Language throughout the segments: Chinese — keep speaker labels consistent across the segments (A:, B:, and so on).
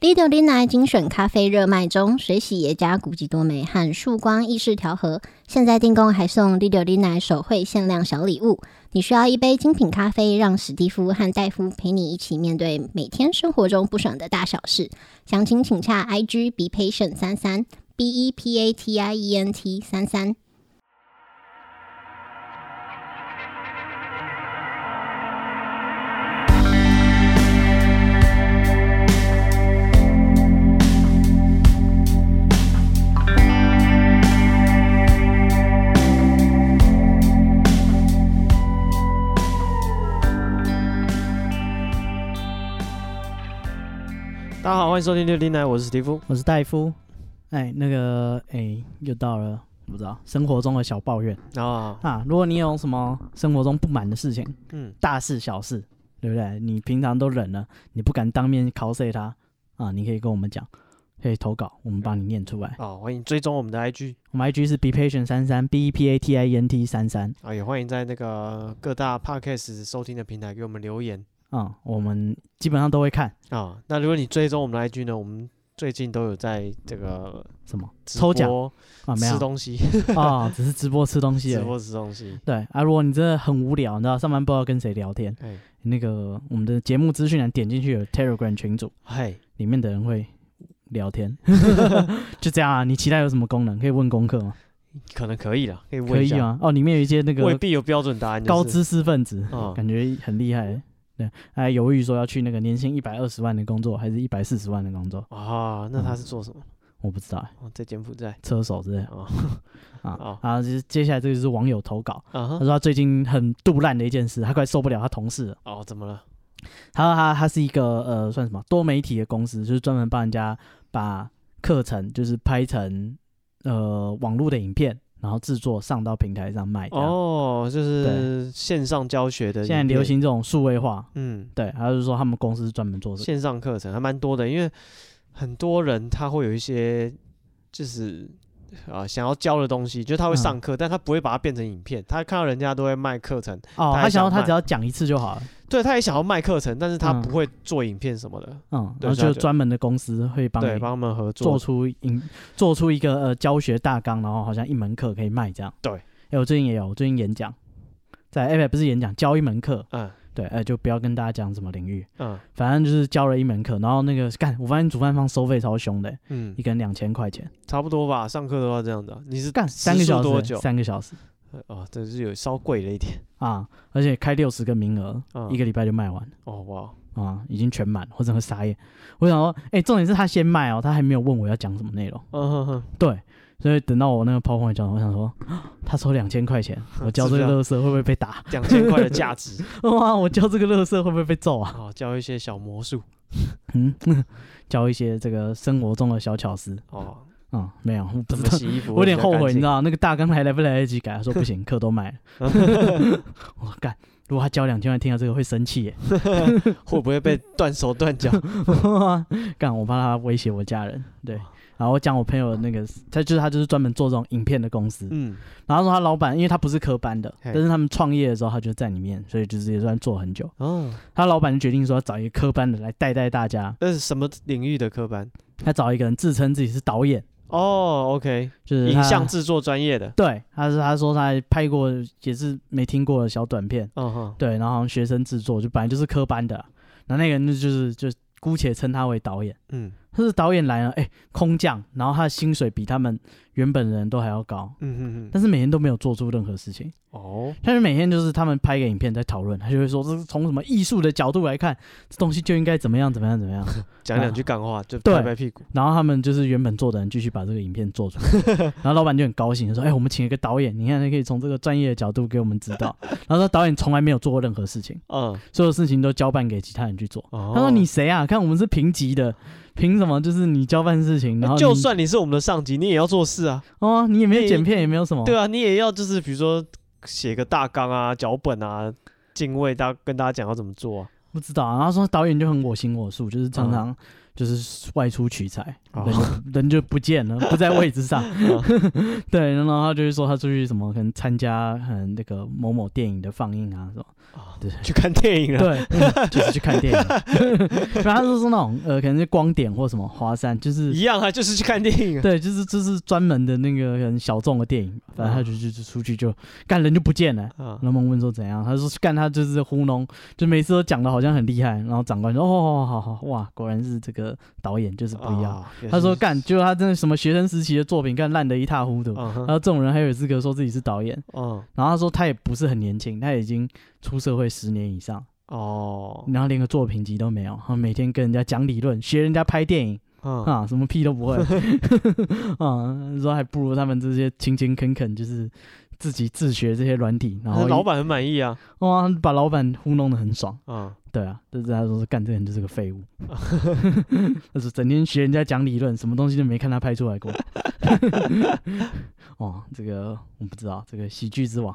A: Lido Lina 精选咖啡热卖中，水洗耶加古籍多美和束光意式调和，现在订购还送 Lido Lina 手绘限量小礼物。你需要一杯精品咖啡，让史蒂夫和戴夫陪你一起面对每天生活中不爽的大小事。详情请洽 IG Be Patient 三三 B E P A T I E N T 三三。
B: 大家好，欢迎收听六零奶，我是史蒂夫。
C: 我是戴夫。哎，那个，哎，又到了，我不知道生活中的小抱怨
B: 啊，
C: 啊。如果你有什么生活中不满的事情，
B: 嗯，
C: 大事小事，对不对？你平常都忍了，你不敢当面 cos 他啊，你可以跟我们讲，可以投稿，我们帮你念出来。
B: 哦，欢迎追踪我们的 IG
C: 我们 IG 是 be patient 三三 b e p a t i e n t 三三
B: 啊，也欢迎在那个各大 podcast 收听的平台给我们留言
C: 啊，我们基本上都会看
B: 啊。那如果你追踪我们的 IG 呢，我们最近都有在这个
C: 什么
B: 直
C: 抽奖
B: 播
C: 啊，没
B: 吃
C: 有
B: 东西，
C: 啊，只是直播吃东西
B: 直
C: 而已。
B: 播吃东西。
C: 对啊，如果你真的很无聊，你知道上班不知道跟谁聊天，
B: 哎
C: 那个我们的节目资讯栏点进去有 Telegram 群组，
B: 嘿，
C: 里面的人会 聊天，就这样啊。你期待有什么功能？可以问功课吗？
B: 可能可以了，可以
C: 可
B: 问一
C: 以
B: 下，
C: 啊。哦，里面有一些那
B: 未
C: 个
B: 必有标准答案，就是
C: 高知识分子，
B: 嗯
C: 感觉很厉害。对，还犹豫说要去那个年薪一百二十万的工作，还是一百四十万的工作？
B: 啊。那他是做什么？
C: 我不知道欸，
B: 哦，在柬埔寨
C: 车手之类的
B: 哦哦
C: 啊。啊，就是接下来这个就是网友投稿，
B: 啊
C: 他
B: 哈
C: 说他最近很肚烂的一件事，他快受不了他同事了。
B: 哦，怎么了？
C: 他说他他是一个呃算什么多媒体的公司，就是专门帮人家把课程就是拍成呃网络的影片，然后制作上到平台上卖。哦，
B: 哦，就是线上教学的，
C: 现在流，行这种数位化，
B: 嗯，
C: 对，他就说他们公司是专门做这个。
B: 线上课程还蛮多的，因为很多人他会有一些就是啊、想要教的东西，就是他会
C: 嗯
B: 上课，但他不会把它变成影片。他看到人家都会卖课程，
C: 哦，
B: 他还
C: 他想要
B: 想卖
C: 他只要讲一次就好了，
B: 对，他也想要卖课程，但是他
C: 嗯
B: 不会做影片什么的，
C: 嗯，
B: 对
C: 然
B: 所
C: 后
B: 以
C: 就
B: 他就
C: 专门的公司会帮
B: 对，
C: 你
B: 帮他们合作。
C: 做出影做出一个呃教学大纲，然后好像一门课可以卖这样。
B: 对
C: 哎、我最近也有，我最近演讲，在哎、不是演讲，教一门课，
B: 嗯
C: 对，哎、就不要跟大家讲什么领域，
B: 嗯
C: 反正就是教了一门课，然后那个干，我发现煮饭方收费超凶的，
B: 嗯
C: 一，个人两千块钱，
B: 差不多吧。上课的话这样的，你是
C: 干三个
B: 时速
C: 小时，
B: 多久
C: 三个小时
B: 呃哦，这是有稍贵了一点
C: 啊，而且开六十个名额，
B: 嗯
C: 一个礼拜就卖完
B: 哦哇
C: 啊，已经全满，我整个傻眼。我想说，哎、重点是他先卖哦，他还没有问我要讲什么内容，
B: 嗯哼哼，
C: 对。所以等到我那个 PowerPoint 讲完，我想说， 啊他收两千 块钱，我教这个
B: 是这样
C: 乐色会不会被打？
B: 两千块的价值
C: 哇，我教这个乐色会不会被揍啊？
B: 哦，教一些小魔术
C: 嗯， 教一些这个生活中的小巧思。
B: 哦，
C: 嗯，没有，我不
B: 怎
C: 知
B: 么
C: 道
B: 洗衣服
C: 我有
B: 会比
C: 点
B: 较
C: 后
B: 干
C: 悔，你
B: 净
C: 知道，那个大纲还来不来得及改？他说 不行，课都卖了。我干，如果他交两千万，听到这个会生气耶！
B: 会不会被断手断脚？
C: 干，我怕他威胁我家人。对，然后我讲我朋友那个，他就是他就是专门做这种影片的公司。
B: 嗯，
C: 然后说他老板，因为他不是科班的，
B: 嘿
C: 但是他们创业的时候他就在里面，所以就是也算做很久。
B: 哦，
C: 他老板就决定说要找一个科班的来带带大家。
B: 那是什么领域的科班？
C: 他找一个人自称自己是导演，
B: 哦，OK，
C: 就是他
B: 影像制作专业的。
C: 对，他是他说他还拍过也是没听过的小短片。
B: 嗯哼，
C: 对，然后好像学生制作，就本来就是科班的啊、然后那个人就是就姑且称他为导演，
B: 嗯
C: 他是导演来了，哎，空降，然后他的薪水比他们原本的人都还要高，
B: 嗯嗯嗯，
C: 但是每天都没有做出任何事情，
B: 哦，
C: 但是每天就是他们拍个影片在讨论，他就会说这是从什么艺术的角度来看，这东西就应该怎么样怎么样怎么样，
B: 讲两句干话就
C: 对
B: 拍拍屁股。
C: 然后他们就是原本做的人继续把这个影片做出来，然后老板就很高兴，就说：“哎，我们请一个导演，你看他可以从这个专业的角度给我们指导。”然后说导演从来没有做过任何事情，
B: 嗯，
C: 所有事情都交办给其他人去做。
B: 哦，
C: 他说：“你谁啊？看我们是平级的，凭什么就是你交办事情，然后你
B: 呃就算你是我们的上级，你也要做事啊。
C: 哦，你也没有
B: 你
C: 剪片，也没有什么。
B: 对啊，你也要就是比如说写个大纲啊、脚本啊，敬畏大跟大家讲要怎么做啊。
C: 不知道、啊。然后说导演就很我行我素，就是常常就是外出取材，
B: 嗯哦
C: 人就人就不 见了，不在位置上。 对，然后他就是说他出去什么，可能参加嗯那个某某电影的放映啊什么。
B: 啊
C: 对
B: 去看电影了，
C: 对，嗯就是去看电影。 然后他就是那种呃，可能是光点或什么华山，就是
B: 一样啊，就是去看电影啊。
C: 对，就是就是专门的那个很小众的电影，反正他就就就出去就干人就不见了。
B: 啊
C: 然后我们问说怎样，他说干他就是糊弄，就每次都讲的好像很厉害。然后长官说哦，好好好哇，果然是这个导演就是不一样。
B: 啊也
C: 他说
B: 是
C: 干，就他真的什么学生时期的作品干烂得一塌糊涂。
B: 嗯
C: 然后这种人还有资格说自己是导演？
B: 嗯
C: 然后他说他也不是很年轻，他已经出社会十年以上，
B: 哦，
C: 然后连个作品集都没有，然后每天跟人家讲理论，学人家拍电影，
B: 嗯
C: 啊，什么屁都不会 啊，说还不如他们这些勤勤恳恳，就是自己自学这些软体，然后
B: 老板很满意啊，
C: 哇、把老板糊弄的很爽，
B: 嗯
C: 对啊，就是他说干这个人就是个 废物，他说整天学人家讲理论，什么东西都没看他拍出来过。 哦，这个我不知道，这个喜剧之 王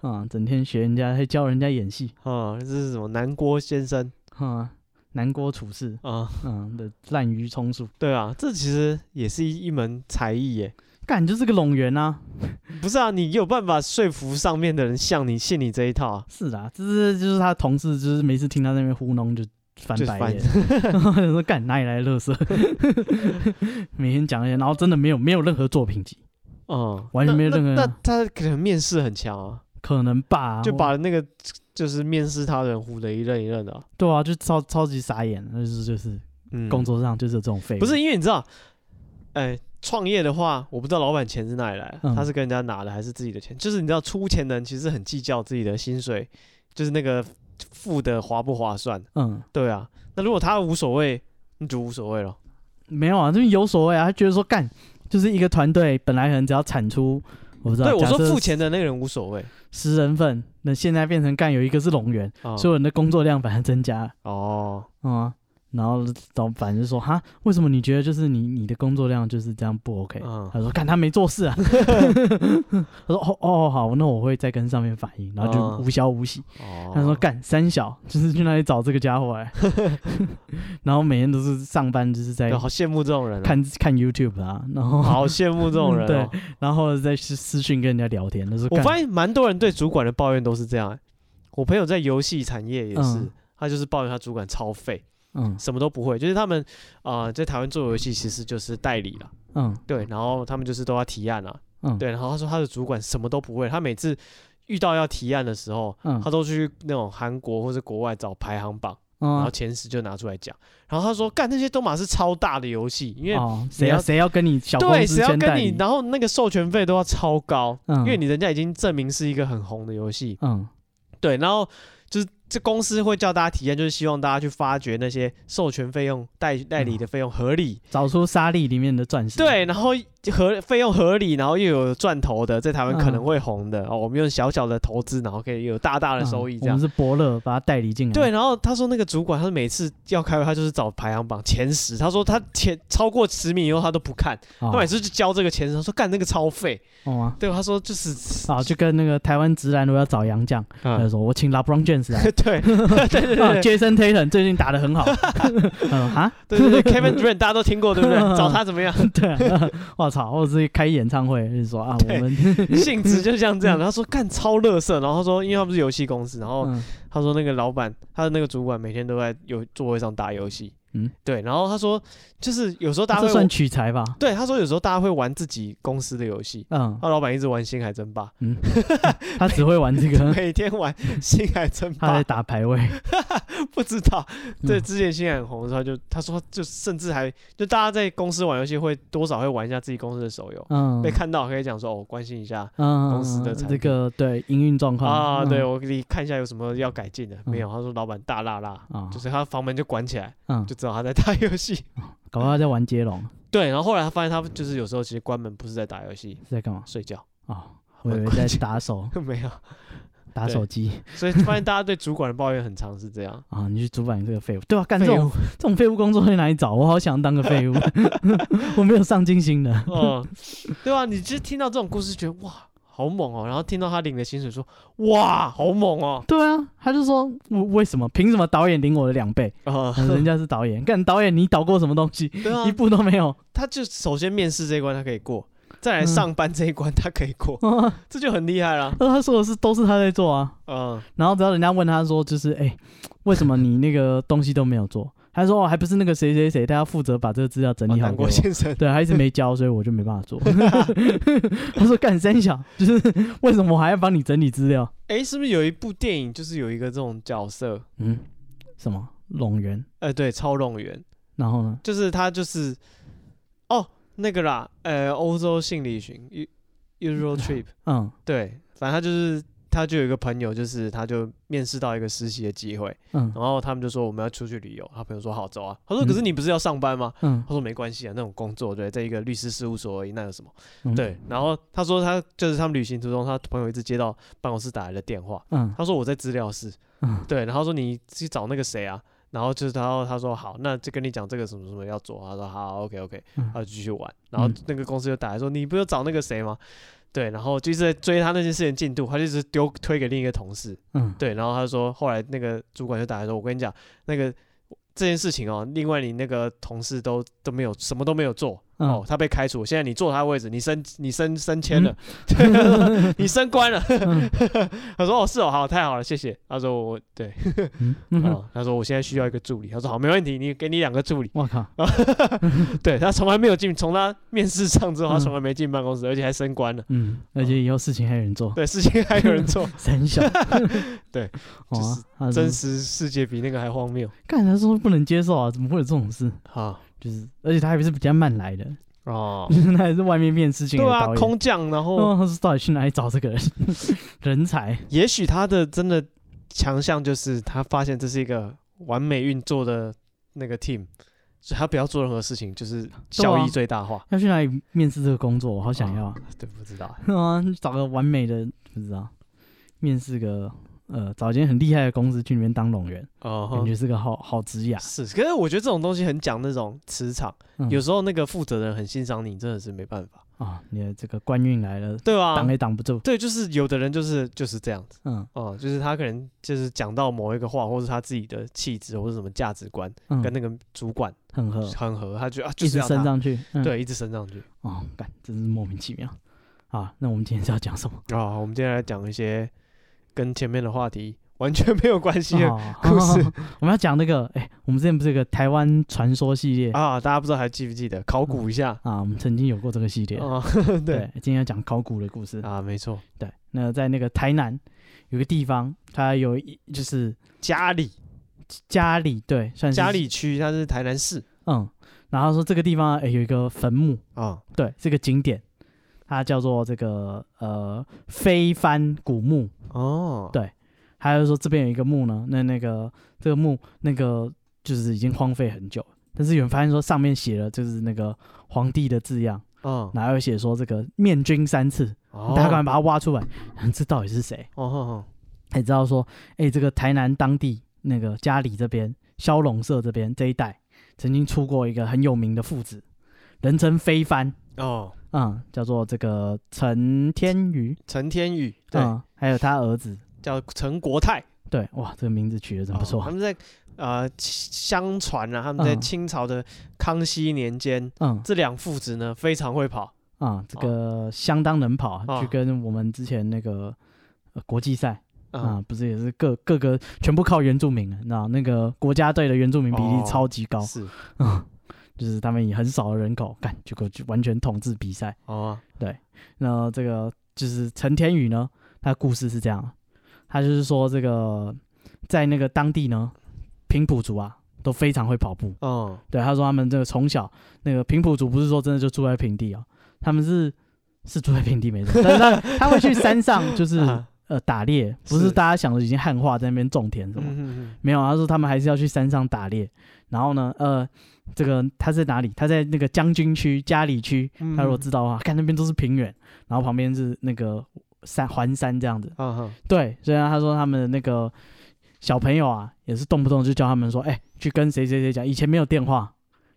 C: 啊，整天学人家，还教人家演戏
B: 嗯，这是什么南郭先生
C: 啊，南郭处士，
B: 啊？
C: 嗯的滥竽充数，
B: 对啊，这其实也是一一门才艺耶。
C: 干就是个拢员啊。
B: 不是啊，你有办法说服上面的人向你信你这一套啊？
C: 是啦，就是就是他同事，就是每次听他在那边糊弄就翻
B: 就
C: 白
B: 翻
C: 眼，然后就说干哪里来的乐色， 每天讲一些，然后真的没有没有任何作品集，
B: 嗯，
C: 完全没有
B: 那
C: 任何
B: 那那他可能面试很强啊，
C: 可能吧，
B: 就
C: 我
B: 把那个就是面试他的人唬得一愣一愣的啊。
C: 对啊，就超超级傻眼，就是就是
B: 嗯，
C: 工作上就是有这种废物，
B: 不是因为你知道，哎、创业的话，我不知道老板钱是哪里来的，
C: 嗯
B: 他是跟人家拿的还是自己的钱？就是你知道，出钱的人其实很计较自己的薪水，就是那个付的划不划算。
C: 嗯
B: 对啊，那如果他无所谓，那就无所谓了。
C: 没有啊，就是有所谓啊，他觉得说干就是一个团队本来可能只要产出。我不知道，
B: 对，我
C: 啊假
B: 说
C: 设
B: 付钱的那个人无所谓。
C: 十人份，那现在变成干有一个是龙源，
B: 啊
C: 所有人的工作量反而增加了。
B: 哦，
C: 啊、然后老板就说哈，为什么你觉得就是你你的工作量就是这样不 OK？、
B: 嗯
C: 他说看他没 做事啊，他说哦哦好，那我会再跟上面反映，然后就
B: 嗯
C: 无消无息。
B: 哦，
C: 他说干三小就是去那里找这个家 伙来，然后每天都是上班就是在
B: 对好羡慕这种人、啊，
C: 看看 YouTube 啊，然后
B: 好羡慕这种人、哦。
C: 然后在私私讯跟人家聊天，他说
B: 我
C: 干
B: 发现蛮多人对主管的抱怨都是这样、欸我朋友在游戏产业也是，
C: 嗯
B: 他就是抱怨他主管超废，
C: 嗯
B: 什么都不会，就是他们啊、呃在台湾做游戏其实就是代理啦，
C: 嗯
B: 对，然后他们就是都要提案啊，
C: 嗯
B: 对，然后他说他的主管什么都不会，他每次遇到要提案的时候，
C: 嗯
B: 他都去那种韩国或者国外找排行榜，然后
C: 嗯
B: 前十就拿出来讲，然后他说干那些都马是超大的游戏，因为、
C: 哦，谁
B: 你
C: 要
B: 要
C: 谁要跟你小公
B: 对
C: 司
B: 谁要
C: 签
B: 跟
C: 代
B: 你
C: 理，
B: 然后那个授权费都要超高，
C: 嗯
B: 因为你人家已经证明是一个很红的游戏，
C: 嗯
B: 对，然后就是这公司会叫大家体验，就是希望大家去发掘那些授权费用、代代理的费用合理，
C: 找出沙粒里面的钻石，
B: 对，然后合费用合理，然后又有赚头的，在台湾可能
C: 嗯
B: 会红的、哦。我们用小小的投资，然后可以有大大的收益，这
C: 嗯我
B: 样
C: 们、是伯乐把它代理进来，
B: 对。，然后他说那个主管，他每次要开会，他就是找排行榜前十，他说他前超过十名以后他都不看，
C: 哦
B: 他每次就交这个前十，他说干那个超费，
C: 哦啊，
B: 对，他说就是
C: 啊，就跟那个台湾直男如果要找洋将，他就
B: 嗯
C: 说我请 LeBron James 来，
B: 对对对对
C: 啊
B: 对
C: ，Jason Tatum 最近打得很好， 嗯哈，
B: 对对对，Kevin Durant 大家都听过对不对？找他怎么样？
C: 对啊，我操，或者是开演唱会，就是说啊，我
B: 对
C: 们，
B: 性质就像这样。然后说干超乐色，然后他说因为他们是游戏公司，然后
C: 嗯
B: 他说那个老板他的那个主管每天都在有座位上打游戏，
C: 嗯
B: 嗯，对。然后他说就是有时候大家
C: 这
B: 会
C: 算
B: 玩
C: 取材吧？
B: 对他说有时候大家会玩自己公司的游戏。
C: 嗯，
B: 他老板一直玩星海争霸，
C: 他只会玩这个，
B: 每天玩星海争
C: 他
B: 霸
C: 在，打排位，
B: 不知道。 对，
C: 嗯
B: 之前星海很红的时候，他就他说就甚至还就大家在公司玩游戏会多少会玩一下自己公司的手游，
C: 嗯
B: 被，看到可以讲说哦关心一下
C: 嗯，
B: 公司的产
C: 这
B: 品
C: 个对营运状况
B: 啊，对
C: 嗯
B: 我给你看一下有什么要改进的。没
C: 嗯
B: 有，他说老板大辣辣，
C: 啊
B: 就，是他房门就关起来，
C: 嗯，
B: 就知道他在打游 戏。
C: 搞不好他在玩接龙，
B: 对，然后后来他发现他就是有时候其实关门不是在打游戏，
C: 是在干嘛？
B: 睡 觉
C: 哦，我 以为在打手
B: 没有，
C: 打手机。
B: 所以发现大家对主管的抱怨很常是这样。
C: 啊，你去主管你这个废物，对吧、啊干这
B: 废
C: 种
B: 物，
C: 这种废物工作去哪里找？我好想当个 废物，我没有上进心的。
B: 嗯，对啊，你就听到这种故事，觉得哇，好猛哦、然后听到他领的薪水说，哇，好猛哦、
C: 对啊，他就说我为什么凭什么导演领我的两 倍？
B: 啊、
C: 嗯人家是导演，干导演你导过什么东西？
B: 对啊
C: 一，部都没有。
B: 他就首先面试这一关他可以过，再来
C: 嗯
B: 上班这一关他可以过，
C: 那
B: 这就很厉害了。
C: 啊他说的是都是他在做啊。
B: 嗯，
C: 然后只要人家问他说，就是哎、为什么你那个东西都没有做？ 他说哦，还不是那个谁谁谁，他要负责把这个资料整
B: 哦
C: 理好
B: 南
C: 给我
B: 国。 先生，
C: 对，他一直没交，所以我就没办法做。 我说干三小，就是为什么我还要帮你整理资料？
B: 哎，是不是有一部电影就是有一个这种角色？
C: 嗯，什么拢源？
B: 呃，对，超动员，
C: 然后呢？
B: 就是他就是哦那个啦，呃，欧洲心理巡 Usual Trip，
C: 嗯
B: 对，反正他就是他就有一个朋友，就是他就面试到一个实习的机会，
C: 嗯
B: 然后他们就说我们要出去旅游，他朋友说好走啊，他说
C: 嗯
B: 可是你不是要上班吗？
C: 嗯
B: 他说没关系啊，那种工作对，在一个律师事务所而已，那有什么？
C: 嗯，
B: 对，然后他说他就是他们旅行途中，他朋友一直接到办公室打来的电话，
C: 嗯
B: 他说我在资料室，
C: 嗯
B: 对，然后说你去找那个谁啊，然后就是他他说好，那就跟你讲这个什么什么要做，啊他说好，OK OK，
C: 嗯
B: 他就继续玩，然后
C: 嗯
B: 那个公司就打来说你不是找那个谁吗？对，然后就一直在追他那件事情进度，他就一直丢推给另一个同事，
C: 嗯，
B: 对，然后他说后来那个主管就打来说，我跟你讲那个。这件事情哦，另外你那个同事都都没有什么都没有做、
C: 嗯
B: 哦，他被开除，现在你坐他位置，你升你升升迁
C: 嗯
B: 了， 对，你升官了。
C: 嗯
B: 他说哦是哦，好太好了，谢谢。他说我对，
C: 嗯嗯哼
B: 哦，他说我现在需要一个助理，他说好，没问题，你给你两个助理。
C: 我靠，
B: 对他从来没有进，从他面试上之后，他
C: 嗯
B: 从来没进办公室，而且还升官了。
C: 嗯，而且以后事情还有人做，，
B: 对，事情还有人做
C: 三小，
B: 对，
C: 哇、
B: 就是
C: 他
B: 真
C: 是
B: 实世界比那个还荒谬
C: 干，他说不能接受啊，怎么会有这种事？
B: 啊！
C: 就是，而且他还不是比较慢来的，
B: 哦
C: 就，是他还是外面面试进来
B: 对
C: 的
B: 啊
C: 导，演。
B: 空降，然后
C: 哦，他是到底去哪里找这个人？ 人才，
B: 也许他的真的强项就是他发现这是一个完美运作的那个 team，所以他不要做任何事情，就是效益最大化。
C: 要去哪里面试这个工作？我好想要啊！
B: 对，不知道。
C: 啊， 找个完美的，不知道，面试个呃，找一间很厉害的公司去里面当拢员，
B: 哦、
C: 感觉是个好好职业啊。
B: 是，可是我觉得这种东西很讲那种磁场，
C: 嗯
B: 有时候那个负责人很欣赏你，真的是没办法，
C: 啊，你的这个官运来了，
B: 对吧、
C: 挡也挡不住。
B: 对，就是有的人就是就是这样子，
C: 嗯
B: 哦、就是他可能就是讲到某一个话，或是他自己的气质或者什么价值观，
C: 嗯，
B: 跟那个主管
C: 很合，
B: 很合，他觉得啊就
C: 一
B: 是
C: 直
B: 要
C: 升
B: 他，
C: 上去。嗯，
B: 对，一直升上去。
C: 哦，干，真是莫名其妙。啊，那我们今天是要讲什么？
B: 啊、我们接下来讲一些跟前面的话题 完全没有关系的、
C: 哦
B: 故事
C: 我们要讲那个，哎、我们之前不是有个台湾传说系列啊
B: 啊，大家不知道还记不记得？考
C: 嗯
B: 古一下
C: 我们曾经有过这个系列。
B: 啊， 对
C: 今天要讲考古的故事。
B: 啊，没错，
C: 对，那在那个台南有个地方，它有一就是
B: 嘉里
C: 嘉里，对，算是
B: 嘉里区，它是台南市
C: 嗯。然后说这个地方哎、有一个坟墓，
B: 啊，
C: 对，这个景点，它叫做这个呃飞帆古墓。
B: 哦，
C: 对还有说这边有一个墓呢，那那个这个墓那个就是已经荒废很久了，但是有人发现说上面写了就是那个皇帝的字样，
B: 嗯，
C: 然后有写说这个面君三次，
B: 哦
C: 大家赶快把它挖出来， 这到底是谁？
B: 哦哦
C: 才知道说，哎、这个台南当地那个家里这边骁龙社这边这一带曾经出过一个很有名的父子，人称飞帆，
B: 哦哦，
C: 嗯，叫做这个陈天宇，
B: 陈天宇对，
C: 嗯，还有他儿子，
B: 叫陈国泰，
C: 对，哇，这个名字取得真嗯不错，
B: 哦他们在呃相传啊，他们在
C: 嗯
B: 清朝的康熙年间，
C: 嗯。
B: 这两父子呢非常会跑
C: 啊，这个相当能跑，
B: 啊
C: 去跟我们之前那个、呃国际赛啊
B: 啊，，
C: 不是也是各各个全部靠原住民，那那个国家队的原住民比例
B: 哦
C: 超级高，
B: 是
C: 啊， 就是他们以很少的人口干，结果就完全统治比赛。
B: 哦
C: 那这个就是陈天宇呢，他的故事是这样，他就是说这个在那个当地呢，平埔族啊都非常会跑步，
B: 哦
C: 对，他说他们这个从小那个平埔族不是说真的就住在平地哦，他们是是住在平地没错，但 是他他会去山上就是、
B: 啊
C: 呃打猎，不
B: 是
C: 是大家想的已经汉化在那边种田什么，
B: 嗯嗯
C: 没有，他说他们还是要去山上打猎。然后呢，呃，这个他在哪里？他在那个将军区、嘉里区，
B: 嗯
C: 他如果知道的话，看那边都是平原，然后旁边是那个山环山这样子。
B: 啊哈
C: 对，虽然他说他们的那个小朋友啊，也是动不动就叫他们说，哎、去跟谁谁谁讲，以前没有电话，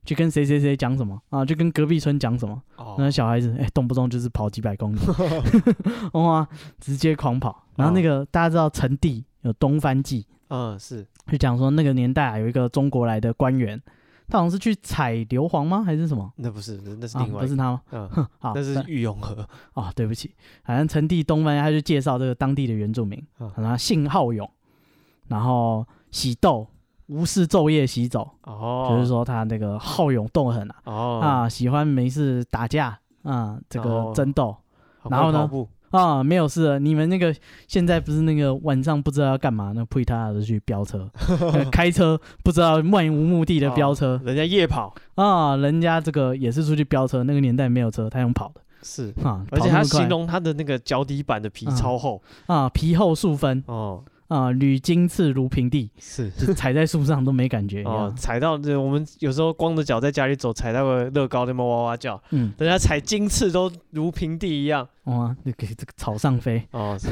C: 去跟谁谁谁讲什么啊，就跟隔壁村讲什么，
B: 哦
C: 那小孩子哎、动不动就是跑几百公里，哇，直接狂跑。然后那个、大家知道陈帝有东番记，
B: 嗯是
C: 就讲说那个年代啊有一个中国来的官员，他好像是去采硫磺吗还是什么？
B: 那不是那那是
C: 啊，
B: 另外
C: 不
B: 一个
C: 是啊他吗？
B: 嗯，
C: 哼，好，
B: 那是玉永河
C: 哦，对不起，反正陈帝东番他就介绍这个当地的原住民，
B: 嗯
C: 然后姓浩勇，然后喜斗，无视昼夜行走，
B: 哦，
C: 就是说他那个好勇斗狠啊，
B: 哦
C: 啊，喜欢没事打架啊，这个
B: 哦
C: 争斗。
B: 好
C: 然后
B: 快
C: 呢
B: 跑步
C: 啊，没有事了。你们那个现在不是那个晚上不知道要干嘛，那配他的去飙车、 呃开车，不知道漫无目的的飙车
B: 人家夜跑
C: 啊。人家这个也是出去飙车，那个年代没有车，他用跑的
B: 是，
C: 啊，
B: 而
C: 跑
B: 且
C: 那
B: 他
C: 么快
B: 形容他的那个脚底板的皮
C: 嗯
B: 超厚
C: 啊，皮厚数分
B: 哦，
C: 啊，履金刺如平 地，
B: 是
C: 就踩在树上都没感觉。
B: 哦
C: 哦，，
B: 踩到这我们有时候光着脚在家里走，踩到个乐高，那么哇哇叫，
C: 嗯，
B: 人家踩金翅都如平地一样
C: 哇，就给这个草上飞。
B: 哦， 是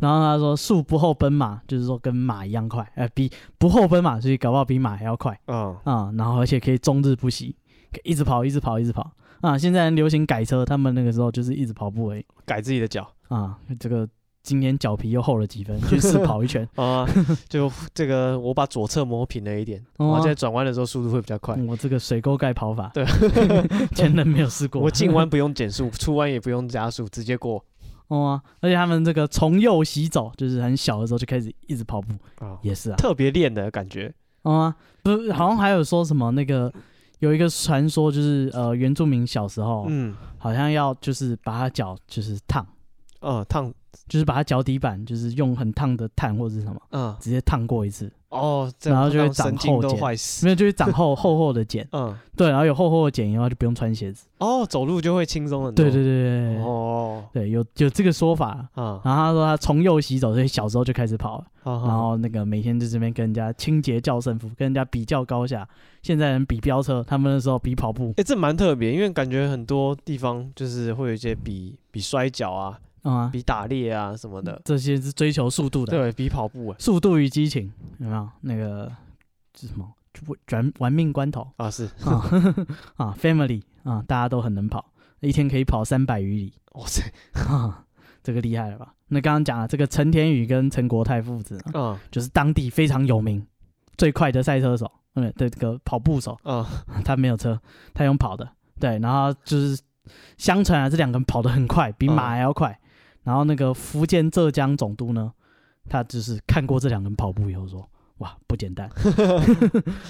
C: 然后他说，树不后奔马，就是说跟马一样快，呃，比不后奔马，所以搞不好比马还要快。
B: 哦
C: 啊、然后而且可以终日不息，可以一直跑，一直跑，一直跑啊！现在人流行改车，他们那个时候就是一直跑步而已
B: 改自己的脚。
C: 啊。这个今天脚皮又厚了几分，去试跑一圈
B: 啊，就这个我把左侧磨平了一点，然
C: 哦
B: 后在转弯的时候速度会比较快。
C: 我这个水沟盖跑法，
B: 对，
C: 前人没有试过。
B: 我进弯不用减速，出弯也不用加速，直接过。
C: 哦、而且他们这个从右洗走，就是很小的时候就开始一直跑步，
B: 哦，
C: 也是啊。
B: 特别练的感觉。
C: 哦啊、不，好像还有说什么那个有一个传说，就是呃原住民小时候、
B: 嗯，
C: 好像要就是把他脚就是烫。
B: 哦，烫，
C: 就是把它脚底板就是用很烫的炭或者是什么，
B: 嗯，
C: 直接烫过一次，
B: 哦，这
C: 然后
B: 样
C: 就会
B: 让
C: 长
B: 神经
C: 后
B: 都
C: 茧
B: 坏死。
C: 没有就是 长厚厚厚的茧，
B: 嗯，
C: 对，然后有厚厚的茧以后就不用穿鞋子，
B: 哦，走路就会轻松很多。
C: 对对对对对，
B: 哦，
C: 对有有这个说法。
B: 啊，
C: 然后他说他从幼洗走，所以小时候就开始跑了，
B: 然
C: 然后那个每天在这边跟人家清洁较胜负，跟人家比较高下。现在人比飙车，他们那时候比跑步
B: 哎、这蛮特别，因为感觉很多地方就是会有一些比比摔跤啊、
C: 嗯啊，
B: 比打猎啊什么的，
C: 这些是追求速度的，
B: 对比跑步啊，
C: 速度与激情，有没有？那个是什么？玩玩命关 头，
B: 啊是，
C: 啊啊，family 啊，大家都很能跑，一天可以跑三百余里，啊
B: 哇塞，
C: 这个厉害了吧？那刚刚讲了，这个陈天宇跟陈国泰父子呢，
B: 啊
C: 就是当地非常有名、最快的赛车手，嗯，对，这个跑步手，
B: 啊
C: 他没有车，他用跑的，对，然后就是相传啊，这两个人跑得很快，比马还要快。然后那个福建浙江总督呢，他就是看过这两个人跑步以后说。哇，不简单！
B: 这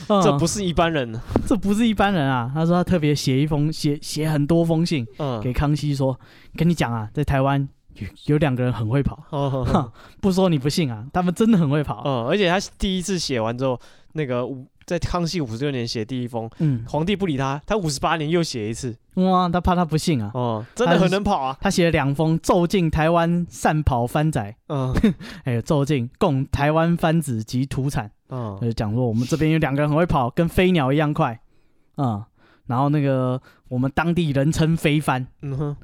C: 嗯
B: 不是一般人，
C: 这不是一般人啊！他说他特别写一封写写很多封信
B: 嗯，
C: 给康熙说，跟你讲啊，在台湾有有两个人很会跑，
B: 哦
C: 哼，不说你不信啊，他们真的很会跑。
B: 嗯，而且他第一次写完之后，那个五在康熙五十六年写第一封，
C: 嗯，
B: 皇帝不理他，他五十八年又写一次，
C: 哇，他怕他不信啊，
B: 哦，真的很能跑啊，
C: 他写了两封奏进台湾善跑番仔，
B: 嗯
C: 还有哎奏进供台湾番子及土产，
B: 嗯
C: 就是讲说我们这边有两个人很会跑，跟飞鸟一样快，嗯，然后那个我们当地人称飞帆，
B: 嗯哼，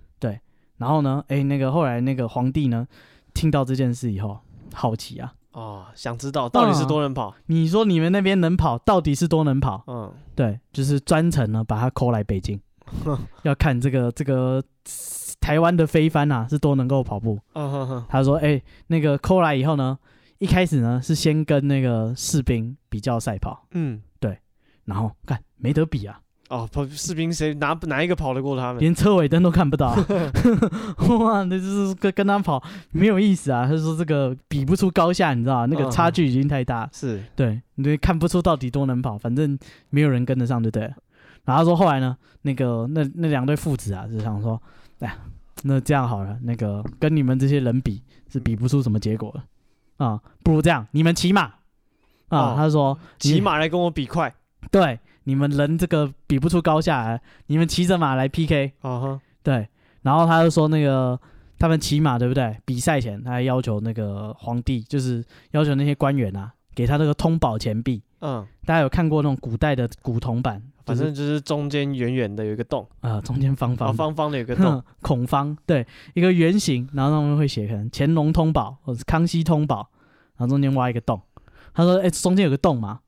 C: 然后呢，哎，那个后来那个皇帝呢，听到这件事以后，好奇啊，
B: 哦，想知道到底
C: 嗯
B: 是多能跑，
C: 你说你们那边能跑，到底是多能跑？
B: 嗯，
C: 对，就是专程呢把他抠来北京，要看这个这个台湾的飞帆啊是多能够跑步。
B: 嗯哼哼，
C: 他说，哎，那个抠来以后呢，一开始呢是先跟那个士兵比较赛跑，
B: 嗯，
C: 然后看没得比啊，
B: 哦，跑士兵谁哪哪一个跑得过他们？
C: 连车尾灯都看不到、 啊，哇，那就是跟跟他跑没有意思啊。他说这个比不出高下，你知道吗？那个
B: 嗯
C: 差距已经太大，
B: 是，
C: 对，你就看不出到底多能跑，反正没有人跟得上就对了。然后他说后来呢，那个那那两对父子啊，就想说，哎呀，那这样好了，那个跟你们这些人比是比不出什么结果的啊、不如这样，你们骑马啊。
B: 哦
C: 他说
B: 骑
C: 你
B: 马来跟我比快，
C: 对，你们人这个比不出高下来，你们骑着马来 PK。
B: 啊哈，
C: 对，然后他就说那个他们骑马对不对？比赛前他还要求那个皇帝，就是要求那些官员啊，给他这个通宝钱币。
B: 嗯，
C: 大家有看过那种古代的古铜板，
B: 反
C: 就是
B: 正就是中间圆圆的有一个洞，
C: 呃中间方
B: 啊，
C: 方的。
B: 方方的有个洞，
C: 孔方对一个圆形，然后上面会写可能乾隆通宝或者是康熙通宝，然后中间挖一个洞。他说：“哎、中间有个洞嘛，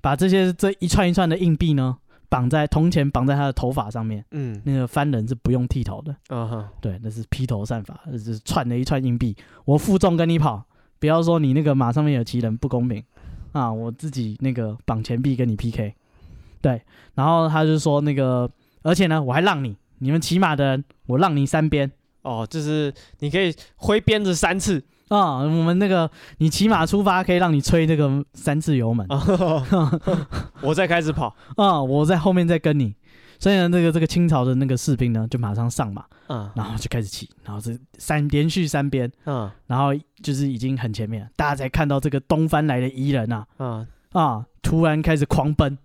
C: 把这些这一串一串的硬币呢，绑在铜钱绑在他的头发上面，
B: 嗯
C: 那个番人是不用剃头的，
B: 啊哈，
C: 对，那是披头散发，那是串了一串硬币，我负重跟你跑，不要说你那个马上面有骑人不公平啊，我自己那个绑钱币跟你 PK，对，然后他就说那个，而且呢，我还让你，你们骑马的人，我让你三鞭
B: 哦，就是你可以挥鞭子三 次，
C: 啊，我们那个你骑马出发可以让你吹那个三次油门
B: 啊我再开始跑，
C: 啊，我在后面再跟你，所以呢，那个这个清朝的那个士兵呢，就马上上马，
B: 啊
C: 然后就开始骑，然后是三连续三鞭。
B: 啊
C: 然后就是已经很前面了，大家才看到这个东番来的伊人啊
B: 啊，
C: 啊，突然开始狂奔。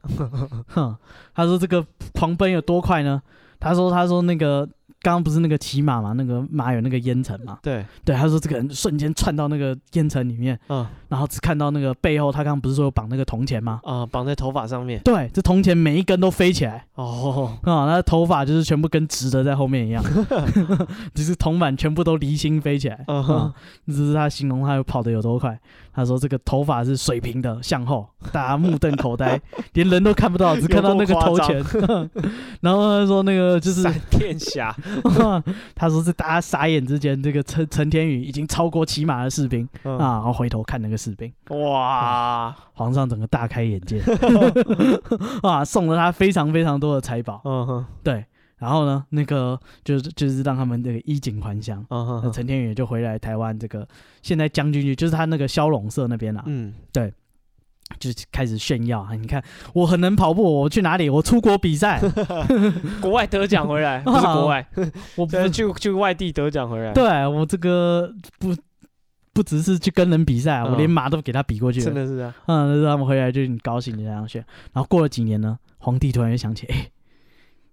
C: 哼，他说这个狂奔有多快呢？他说他说那个刚刚不是那个骑马嘛，那个马有那个烟尘嘛，
B: 对，
C: 对，他说这个人瞬间窜到那个烟尘里面，
B: 啊
C: 然后只看到那个背后，他刚刚不是说有绑那个铜钱吗？
B: 啊，绑在头发上面，
C: 对，这铜钱每一根都飞起来
B: 哦，
C: 啊，他的头发就是全部跟直的在后面一样， 就是铜板全部都离心飞起来。
B: 嗯
C: 嗯
B: 哼，
C: 这是他形容他跑得有多快。他说这个头发是水平的，向后，大家目瞪口呆，连人都看不到，只看到那个头钱。 然后他说那个 就是，
B: 闪电侠，
C: 他说是大家傻眼之间，这个陈陈天宇已经超过骑马的士兵啊，
B: 啊，
C: 然后回头看那个士兵，
B: 哇，
C: 皇上整个大开眼界 啊，送了他非常非常多的财宝。
B: 嗯哼，
C: 对，然后呢，那个就是就是让他们那个衣锦还乡。
B: 嗯
C: 那
B: 哼，
C: 陈天宇就回来台湾，这个现在将军就是他那个骁龙社那边啦、
B: 嗯，
C: 就是开始炫耀啊！你看我很能跑步，我去哪里？我出国比 赛，
B: 国外得奖回来，不是国 外，
C: 我不
B: 就是去去外地得奖回来，，
C: 对我这个不不只是去跟人比赛啊，
B: 嗯
C: 我连马都给他比过去
B: 真
C: 了。
B: 的是啊，
C: 嗯，就是他们回来就很高兴，就这样炫。然后过了几年呢，皇帝突然就想起，哎、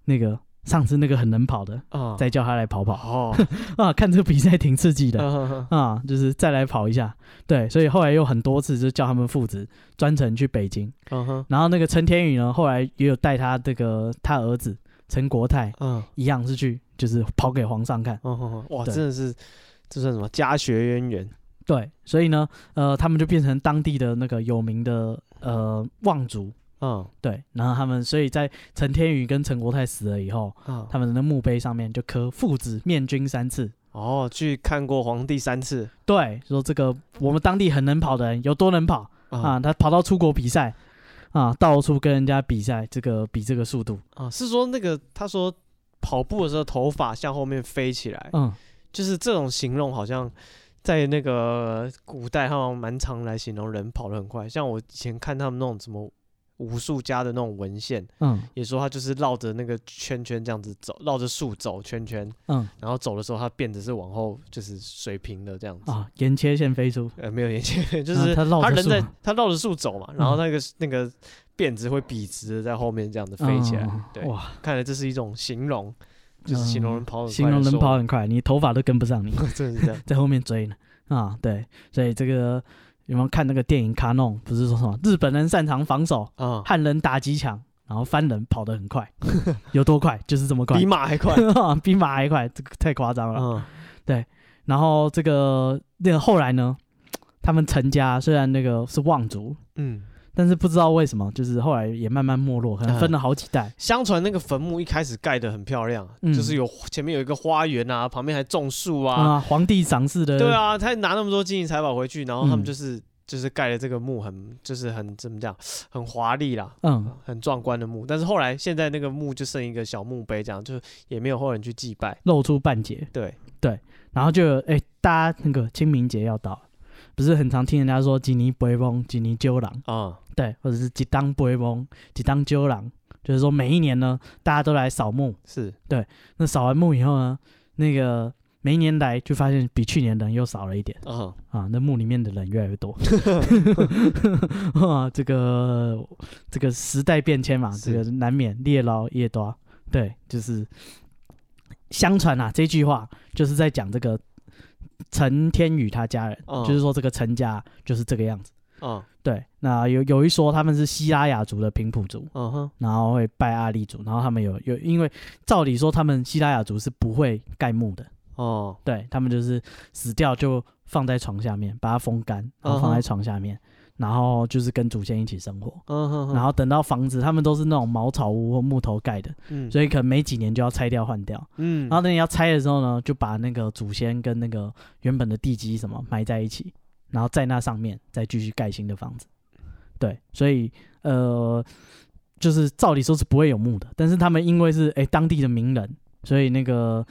C: 那个上次那个很能跑的，
B: 啊，
C: 再叫他来跑跑
B: 哦，
C: 啊！看这个比赛挺刺激的。
B: 嗯哼
C: 啊，就是再来跑一下，对，所以后来又很多次就叫他们父子专程去北京，
B: 嗯哼，
C: 然后那个陈天宇呢，后来也有带他这个他儿子陈国泰
B: 嗯
C: 一样是去，就是跑给皇上看。
B: 嗯哼，哇，
C: 对
B: 真的是，这算什么家学渊源？
C: 对，所以呢，呃，他们就变成当地的那个有名的呃望族。
B: 嗯
C: 对，然后他们所以在陈天宇跟陈国泰死了以后，
B: 嗯，
C: 他们的墓碑上面就刻“父子面君”三次。
B: 哦，去看过皇帝三次
C: 对，说这个我们当地很能跑的人有多能跑啊，他跑到出国比赛啊，到处跟人家比赛，这个比这个速度。
B: 啊，是说那个他说跑步的时候头发向后面飞起来，
C: 嗯，
B: 就是这种形容好像在那个古代他们蛮常来形容人跑得很快，像我以前看他们那种什么武术家的那种文献，
C: 嗯
B: 也说他就是绕着那个圈圈这样子走，绕着树走圈圈，
C: 嗯
B: 然后走的时候他变得是往后就是水平的这样子。
C: 啊，沿切线飞出，
B: 呃，没有眼 线，就
C: 啊
B: 是
C: 他绕着
B: 人在
C: 树
B: 他绕着树走嘛，然后
C: 嗯
B: 那个那个辫子会笔直的在后面这样子飞起来
C: 嗯。
B: 对，
C: 哇，
B: 看来这是一种形容，就是形容人跑很快，
C: 嗯形容人跑，很快，你头发都跟不上你，
B: 真的是这样。
C: 在后面追呢。啊，对，所以这个有没有看那个电影《卡农》？不是说什么日本人擅长防守，
B: 啊，
C: 汉人打击强，然后番人跑得 很快，有多快就是这么快
B: 比，马还快。
C: 比马还快，这个太夸张了。
B: 嗯
C: 然后这个那个后来呢，他们陈家虽然那个是望族，
B: 嗯，
C: 但是不知道为什么，就是后来也慢慢没落，可能分了好几代。
B: 相传那个坟墓一开始盖得很漂亮，
C: 嗯
B: 就是有前面有一个花园啊，旁边还种树啊。
C: 啊，皇帝赏识的，
B: 对，啊，他拿那么多金银财宝回去，然后他们
C: 嗯
B: 就是就是盖了这个墓，很就是很怎么讲，很华丽啦。
C: 嗯，
B: 很壮观的墓，但是后来现在那个墓就剩一个小墓碑，这样就也没有后人去祭拜。
C: 露出半截，
B: 对，
C: 然后就有哎、大家那个清明节要到了，不是很常听人家说“吉尼不会崩，吉尼鸠狼
B: 啊、”，
C: 对，或者是“吉当不会崩，吉当鸠狼”，就是说每一年呢，大家都来扫墓。
B: 是
C: 那扫完墓以后呢，那个每一年来就发现比去年人又少了一点
B: 啊、
C: 啊，那墓里面的人越来越多。 啊，这个这个时代变迁嘛，这
B: 是
C: 个难免越老越多。对，就是相传啊，这句话就是在讲这个陈天宇他家人，
B: 嗯
C: 就是说这个陈家就是这个样子。
B: 啊，
C: 对，那有有一说他们是希拉雅族的平埔族，
B: 嗯哼，
C: 然后会拜阿利族，然后他们有有，因为照理说他们希拉雅族是不会盖墓的，
B: 哦，
C: 对他们就是死掉就放在床下面，把它风干，然后放在床下面，然后就是跟祖先一起生活。
B: 嗯哼哼，
C: 然后等到房子，他们都是那种茅草屋或木头盖的，
B: 嗯
C: 所以可能没几年就要拆掉换掉。
B: 嗯，
C: 然后等你要拆的时候呢，就把那个祖先跟那个原本的地基什么埋在一起，然后在那上面再继续盖新的房子。对，所以呃，就是照理说是不会有墓的，但是他们因为是诶当地的名人，所以那个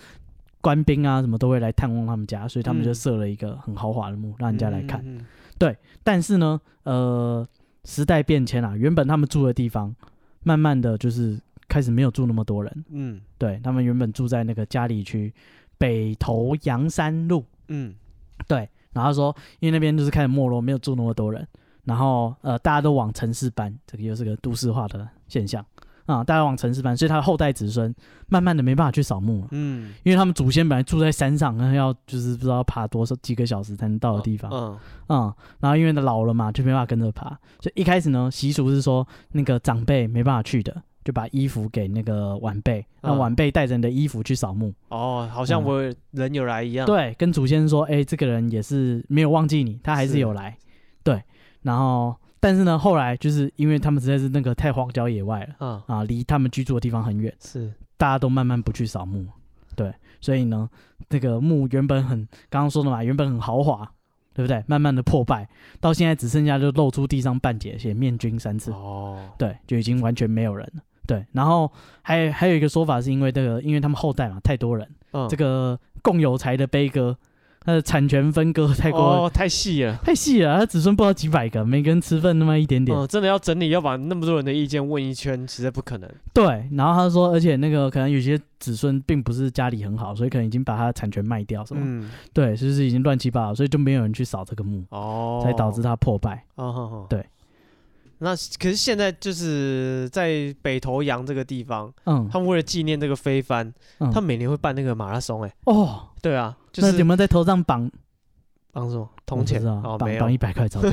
C: 官兵啊什么都会来探望他们家，所以他们就
B: 嗯
C: 设了一个很豪华的墓让人家来看。
B: 嗯，嗯嗯
C: 但是呢，呃，时代变迁啊，原本他们住的地方，慢慢的就是开始没有住那么多人。
B: 嗯
C: 对他们原本住在那个嘉里区北投阳山路，
B: 嗯
C: 然后他说因为那边就是开始没落，没有住那么多人，然后呃大家都往城市搬，这个又是个都市化的现象啊、大家往城市搬，所以他的后代子孙慢慢的没办法去扫墓了，
B: 嗯，
C: 因为他们祖先本来住在山上，然后要就是不知道爬多少几个小时才能到的地方，
B: 嗯
C: 嗯，然后因为老了嘛，就没办法跟着爬，所以一开始呢，习俗是说那个长辈没办法去的，就把衣服给那个晚辈，让
B: 嗯
C: 晚辈带着你的衣服去扫墓。
B: 哦，好像
C: 嗯
B: 我人有来一样，，
C: 对，跟祖先说，哎、这个人也是没有忘记你，他还是
B: 是
C: 有来。对，然后但是呢，后来就是因为他们实在是那个太荒郊野外了
B: 啊
C: 啊，离他们居住的地方很远，
B: 是，
C: 大家都慢慢不去扫墓。对，所以呢，这个墓原本很刚刚说的嘛，原本很豪华，对不对？慢慢的破败，到现在只剩下就露出地上半截，写面君三次。
B: 哦，
C: 对，就已经完全没有人了。对，然后还还有一个说法是因为这个，因为他们后代嘛太多人，
B: 嗯
C: 这个共有财的悲歌，它的产权分割太过、
B: 哦太细了。
C: 太细了，它子孙不知道几百个，每个人吃份那么一点点。
B: 嗯，真的要整理，要把那么多人的意见问一圈，实在不可能。
C: 对，然后他说，而且那个可能有些子孙并不是家里很好，所以可能已经把他的产权卖掉什么，
B: 嗯，
C: 对，就是已经乱七八糟，所以就没有人去扫这个墓，
B: 哦，
C: 才导致它破败。
B: 哦，哼哼
C: 对。
B: 那可是现在就是在北投洋这个地方，
C: 嗯，
B: 他们为了纪念这个飞帆，
C: 嗯
B: 他们每年会办那个马拉松、欸，哎，
C: 哦，
B: 对啊，就
C: 那有
B: 是
C: 没有在头上绑
B: 绑什么
C: 我
B: 铜
C: 不知
B: 钱
C: 道
B: 哦，没
C: 绑
B: 有
C: 绑一百 块钞票？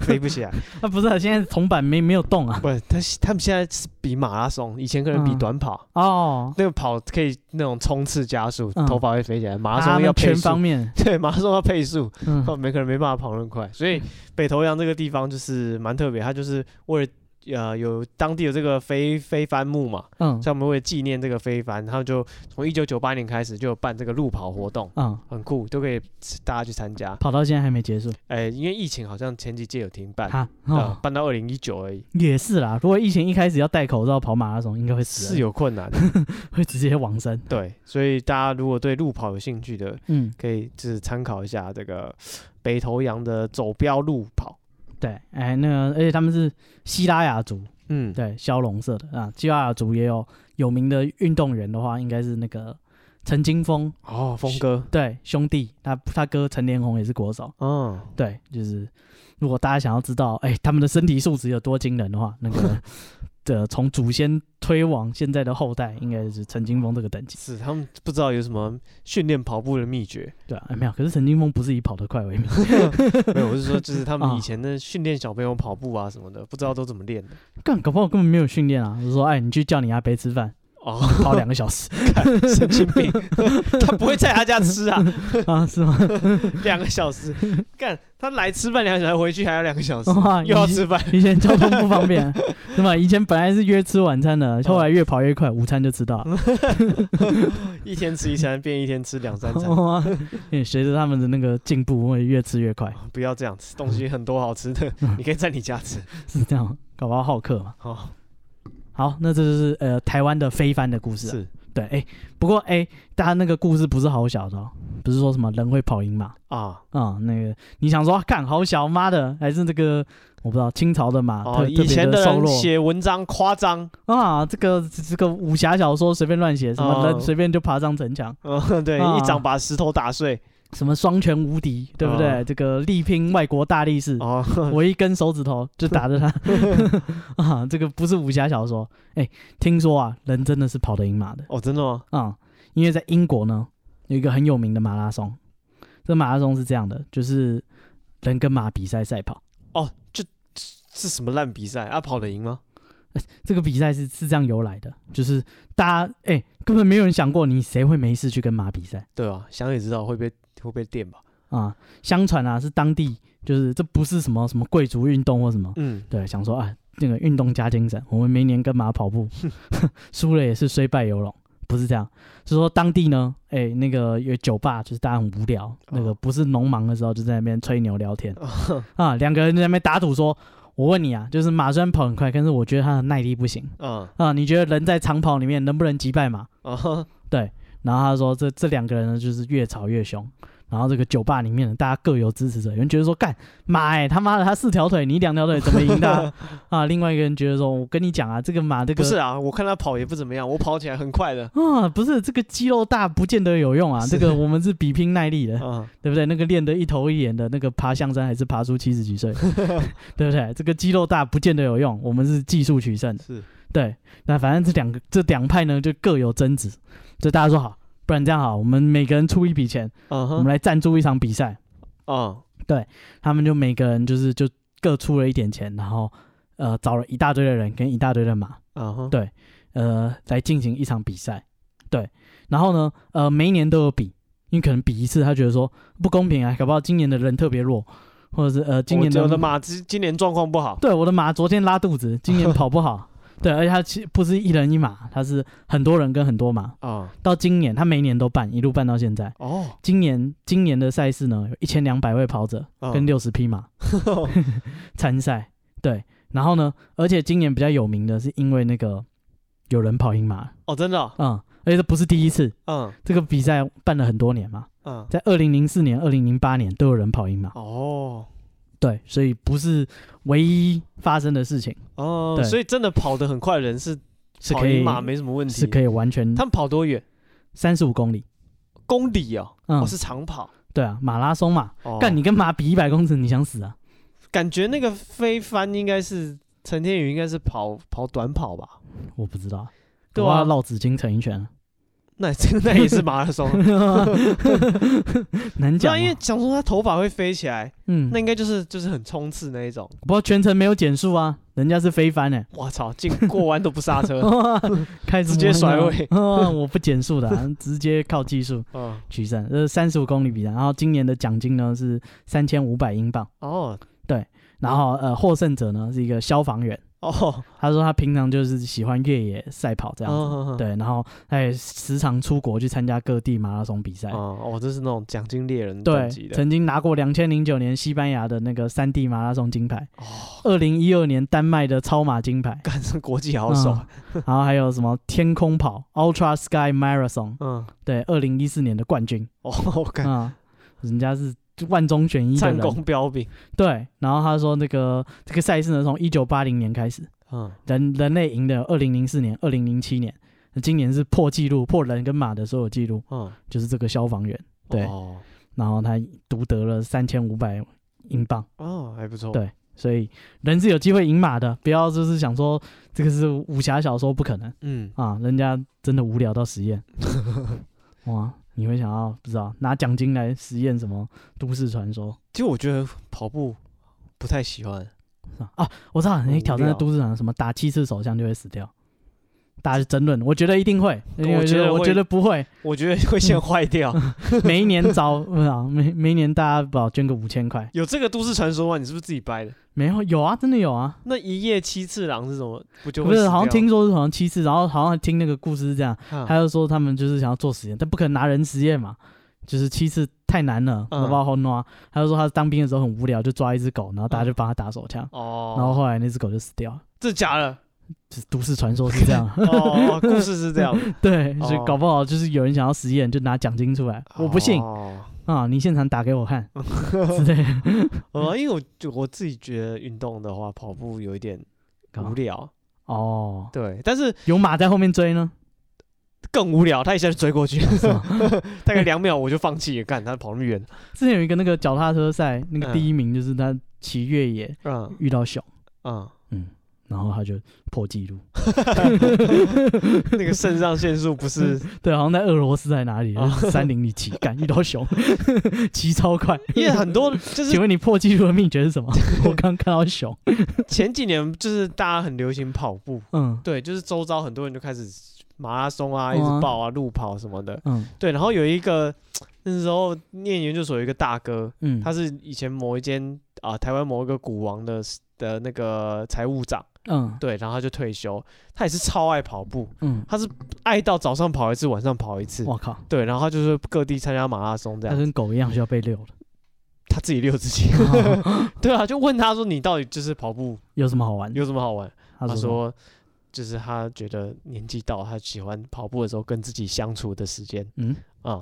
B: 飞不起来。
C: 啊，不是、啊，现在铜板没没有动啊。
B: 不，他他们现在是比马拉松，以前可能比
C: 嗯
B: 短跑，
C: 哦，
B: 那个跑可以那种冲刺加速，
C: 嗯
B: 头发会飞起来。马拉
C: 他
B: 松要
C: 们
B: 配
C: 全
B: 速，
C: 方面，
B: 对，马拉松要配速，
C: 嗯，
B: 哦，没可能没办法跑那么快。所以北投洋这个地方就是
C: 嗯
B: 蛮特别，它就是为了。呃，有当地有这个飞飞帆木嘛，
C: 嗯
B: 像我们为了纪念这个飞帆，他们就从一九九八年开始就有办这个路跑活动，
C: 嗯，
B: 很酷，都可以大家去参加。
C: 跑到现在还没结束，
B: 哎、因为疫情好像前几届有停办，
C: 哈，
B: 呃
C: 哦，，
B: 办到二零一九而已，
C: 也是啦。如果疫情一开始要戴口罩跑马拉松，应该会死人，
B: 是有困难的。
C: 会直接往生。
B: 对，所以大家如果对路跑有兴趣的，
C: 嗯，
B: 可以就是参考一下这个北投洋的走标路跑。
C: 对，哎，那个，而且他们是希拉雅族，
B: 嗯，
C: 对，骁龙社的啊，希拉雅族也有有名的运动员的话，应该是那个陈金峰，
B: 哦，峰哥，
C: 对，兄弟，他他哥陈连红也是国手，
B: 嗯，
C: 对，就是如果大家想要知道，哎，他们的身体素质有多惊人的话，那个 的从祖先推往现在的后代，应该就是陈金峰这个等级。
B: 是他们不知道有什么训练跑步的秘 诀，
C: 对啊，哎没有。可是陈金峰不是以跑得快为名，
B: 没有，我是说就是他们
C: 啊
B: 以前的训练小朋友跑步啊什么的，不知道都怎么练的。
C: 干搞不好根本没有训练啊。就说，哎，你去叫你阿伯吃饭，
B: 哦，
C: 跑两个小时
B: 神经病， 他不会在他家吃啊，
C: 啊，是吗？
B: 两个小时，干他来吃饭两个小时，回去还要两个小时，
C: 哇
B: 又要吃饭，
C: 以前交通不 方便，是吧？以前本来是约吃晚餐
B: 哦
C: 的，后来越跑越快，午餐就吃到了。
B: 一天吃一餐，变一天吃两三餐，
C: 哇，也随着他们的那个进步，会越吃越快，
B: 不要这样子，东西很多好吃的，你可以在你家吃。
C: 是这样。搞不好好客嘛。
B: 哦，
C: 好，那这就是呃台湾的飞帆的故事啊、
B: 是
C: 对，哎、不过哎、大家那个故事不是好小的、哦，不是说什么人会跑赢马，
B: 啊，
C: 啊、那个你想说啊干好小妈的，还是这个我不知道清朝的马、
B: 哦，
C: 啊特
B: 以前
C: 特别的瘦
B: 人
C: 弱
B: 写文章夸张，
C: 啊，这个这个武侠小说随便乱写，什么
B: 哦
C: 人随便就爬上城墙，
B: 嗯，对，
C: 啊
B: 一掌把石头打碎，
C: 什么双拳无敌，对不对？
B: 哦
C: 这个力拼外国大力士，
B: 哦，
C: 我一根手指头就打着他 啊，这个不是武侠小说。哎，听说啊，人真的是跑得赢马的
B: 哦，真的吗？
C: 啊、因为在英国呢有一个很有名的马拉松，这马拉松是这样的，就是人跟马比赛赛跑。
B: 哦，这这这什么烂比赛啊？跑得赢吗？
C: 这个比赛是是这样由来的，就是大家哎、根本没有人想过你谁会没事去跟马比赛
B: 对啊，想也知道会被会被电吧？
C: 啊，相传啊是当地就是这不是什么什么贵族运动或什么，
B: 嗯，
C: 对，想说啊那个运动加精神，我们明年跟马跑步，输了也是虽败犹荣，不是这样，是说当地呢，哎、那个有酒吧，就是大家很无聊，那个不是农忙的时候就在那边吹牛聊天，
B: 哦
C: 啊，两个人在那边打赌说，我问你啊，就是马虽然跑很快，但是我觉得他的耐力不行
B: 嗯
C: 啊，你觉得人在长跑里面能不能击败马？
B: 哦，
C: 然后他说这这两个人呢就是越吵越凶，然后这个酒吧里面呢大家各有支持者，有人觉得说干马哎、他妈的他四条腿你两条腿怎么赢 的啊啊另外一个人觉得说我跟你讲啊这个马这 个
B: 不是啊，我看他跑也不怎么样，我跑起来很快的，
C: 啊不是这个肌肉大不见得有用啊，
B: 是
C: 这个我们是比拼耐力 的，
B: 嗯
C: 对不对？那个练得一头一眼的那个爬象山还是爬出七十几岁， 对不对？这个肌肉大不见得有用，我们是技术取胜的。
B: 是，
C: 对，那反正这两个这两派呢就各有争执，就大家说好，不然这样好，我们每个人出一笔钱，
B: 嗯
C: 我们
B: 哼，
C: 来赞助一场比赛。
B: 嗯
C: 他们就每个人就是就各出了一点钱，然后呃找了一大堆的人跟一大堆的马，
B: 嗯哼，
C: 对呃来进行一场比赛。对，然后呢，呃每一年都有比，因为可能比一次他觉得说不公平啊，搞不好今年的人特别弱，或者是呃今年
B: 我
C: 的
B: 我的马 今今年状况不好，
C: 对我的马昨天拉肚子，今年跑不好。对，而且他其实不是一人一马，他是很多人跟很多马。
B: 啊
C: 到今年，他每年都办，一路办到现在。
B: 哦，
C: 今年今年的赛事呢，有一千两百位跑者
B: 嗯
C: 跟六十匹马参赛。对，然后呢，而且今年比较有名的是因为那个有人跑赢马，
B: 哦，真的哦，
C: 嗯，而且这不是第一次，
B: 嗯
C: 这个比赛办了很多年嘛，
B: 嗯，
C: 在二零零四年、二零零八年都有人跑赢马，
B: 哦
C: 对，所以不是唯一发生的事情，
B: 哦，
C: 对
B: 所以真的跑得很快的人是
C: 是
B: 跑
C: 可以
B: 赢马没什么问题，
C: 是可以完全
B: 他们跑多远？
C: 三十五公里，
B: 公里哦，
C: 嗯
B: 哦，是长跑。
C: 对啊，马拉松嘛，
B: 哦
C: 干你跟马比一百公尺，你想死啊？
B: 感觉那个飞帆应该是陈天宇，应该是跑跑短跑吧？
C: 我不知道，
B: 对啊
C: 我要 绕紫金城 一圈啊，
B: 那这个那也是马拉 松，
C: 难
B: 对
C: 讲
B: 啊，
C: 啊，
B: 因为想说他头发会飞起来，
C: 嗯，
B: 那应该就是就是很冲刺那一种。
C: 不过全程没有减速啊，人家是飞翻哎、
B: 我操，进过弯都不刹车，
C: 开始
B: 直接甩尾
C: 我不减速的啊、直接靠技术
B: 嗯，
C: 取胜。这是三十五公里比赛，然后今年的奖金呢是三千五百英镑，
B: 哦
C: 然后呃获胜者呢是一个消防员，
B: 哦，
C: 他说他平常就是喜欢越野赛跑这样子，
B: 嗯，
C: 对，然后他也时常出国去参加各地马拉松比赛。
B: 哦，哦，这是那种奖金猎人等
C: 对
B: 级，的，
C: 曾经拿过两千零九年西班牙的那个三地马拉松金牌，
B: 哦，
C: 二零一二年丹麦的超马金牌，
B: 干是国际好手，
C: 嗯然后还有什么天空跑 Ultra Sky Marathon，
B: 嗯，
C: 对，二零一四年的冠军
B: 哦，干
C: 啊、人家是万中选一的
B: 战
C: 人。
B: 功彪炳，
C: 对，然后他说那个这个赛事呢，从一九八零年开始，
B: 嗯，
C: 人人类赢的二零零四年、二零零七年，今年是破纪录，破人跟马的所有纪录，
B: 嗯，
C: 就是这个消防员，对
B: 哦，
C: 然后他独得了三千五百英镑。
B: 哦，还不错，
C: 对所以人是有机会赢马的，不要就是想说这个是武侠小说不可能。
B: 嗯，
C: 啊，人家真的无聊到 实验，哇！你会想要不知道拿奖金来实验什么都市传说
B: 其实我觉得跑步不太喜欢，
C: 是吧啊？我知道
B: 哦无
C: 你挑战的
B: 聊
C: 都市传说什么打七次手枪就会死掉，大家去争论，我觉得一定会，因为
B: 我觉得
C: 我
B: 会
C: 觉得不会，
B: 我觉得会先坏掉。
C: 嗯每一年找 不知道每每一年大家不好捐个五千块，
B: 有这个都市传说吗？你是不是自己掰的？
C: 没有有啊，真的有啊。
B: 那一夜七次郎是什么？不就
C: 不
B: 会死
C: 是，
B: 掉
C: 好像听说是好像七次，然后好像听那个故事是这样，
B: 嗯
C: 他就说他们就是想要做实验，但不可能拿人实验嘛，就是七次太难了，
B: 嗯
C: 好不好？好弄啊。他就说他当兵的时候很无聊，就抓一只狗，然后大家就帮他打手枪，
B: 哦，
C: 然后后来那只狗就死掉了。
B: 这假 的
C: 就是都市传说是这样，
B: 哦，故事是这样，
C: 对，
B: 哦
C: 所以搞不好就是有人想要实验，就拿奖金出来， 我不信
B: 哦，
C: 啊！你现场打给 我看之类的，
B: 呃，因为我就我自己觉得运动的话，跑步有一点无聊，
C: 哦，
B: 对，但是
C: 有马在后面 追呢，
B: 更无聊，他一下就追过去，
C: 是吗
B: 大概两秒我就放弃了，干他跑那么远，
C: 之前有一个那个脚踏车赛，那
B: 嗯
C: 个第一名就是他骑越野
B: 嗯
C: 遇到熊，
B: 嗯，
C: 然后他就破纪录，
B: 那个肾上腺素不 是，
C: 对，好像在俄罗斯在哪里
B: 哦
C: 山林里骑，赶遇到熊， 骑超快。
B: 因为很多就是
C: 请问你破纪录的秘诀是什么？ 我刚看到熊，
B: 前几年就是大家很流行跑步，
C: 嗯，
B: 对，就是周遭很多人就开始马拉松啊，一直
C: 哦啊
B: 报啊，路跑什么的。
C: 嗯
B: 对，然后有一个那时候念研究所有一个大哥，
C: 嗯，
B: 他是以前某一间啊、台湾某一个股王的 s- 的那个财务长，
C: 嗯
B: 对，然后他就退休，他也是超爱跑步，
C: 嗯，
B: 他是爱到早上跑一次，晚上跑一次，
C: 我靠，
B: 对，然后他就是各地参加马拉松这
C: 他
B: 样，
C: 跟狗一样需要被遛了，
B: 他自己遛自己， 对啊，就问他说你到底就是跑步
C: 有什么好玩？
B: 有什么好玩？
C: 他
B: 他
C: 说
B: 说。就是他觉得年纪到了，他喜欢跑步的时候跟自己相处的时间
C: 嗯
B: 啊、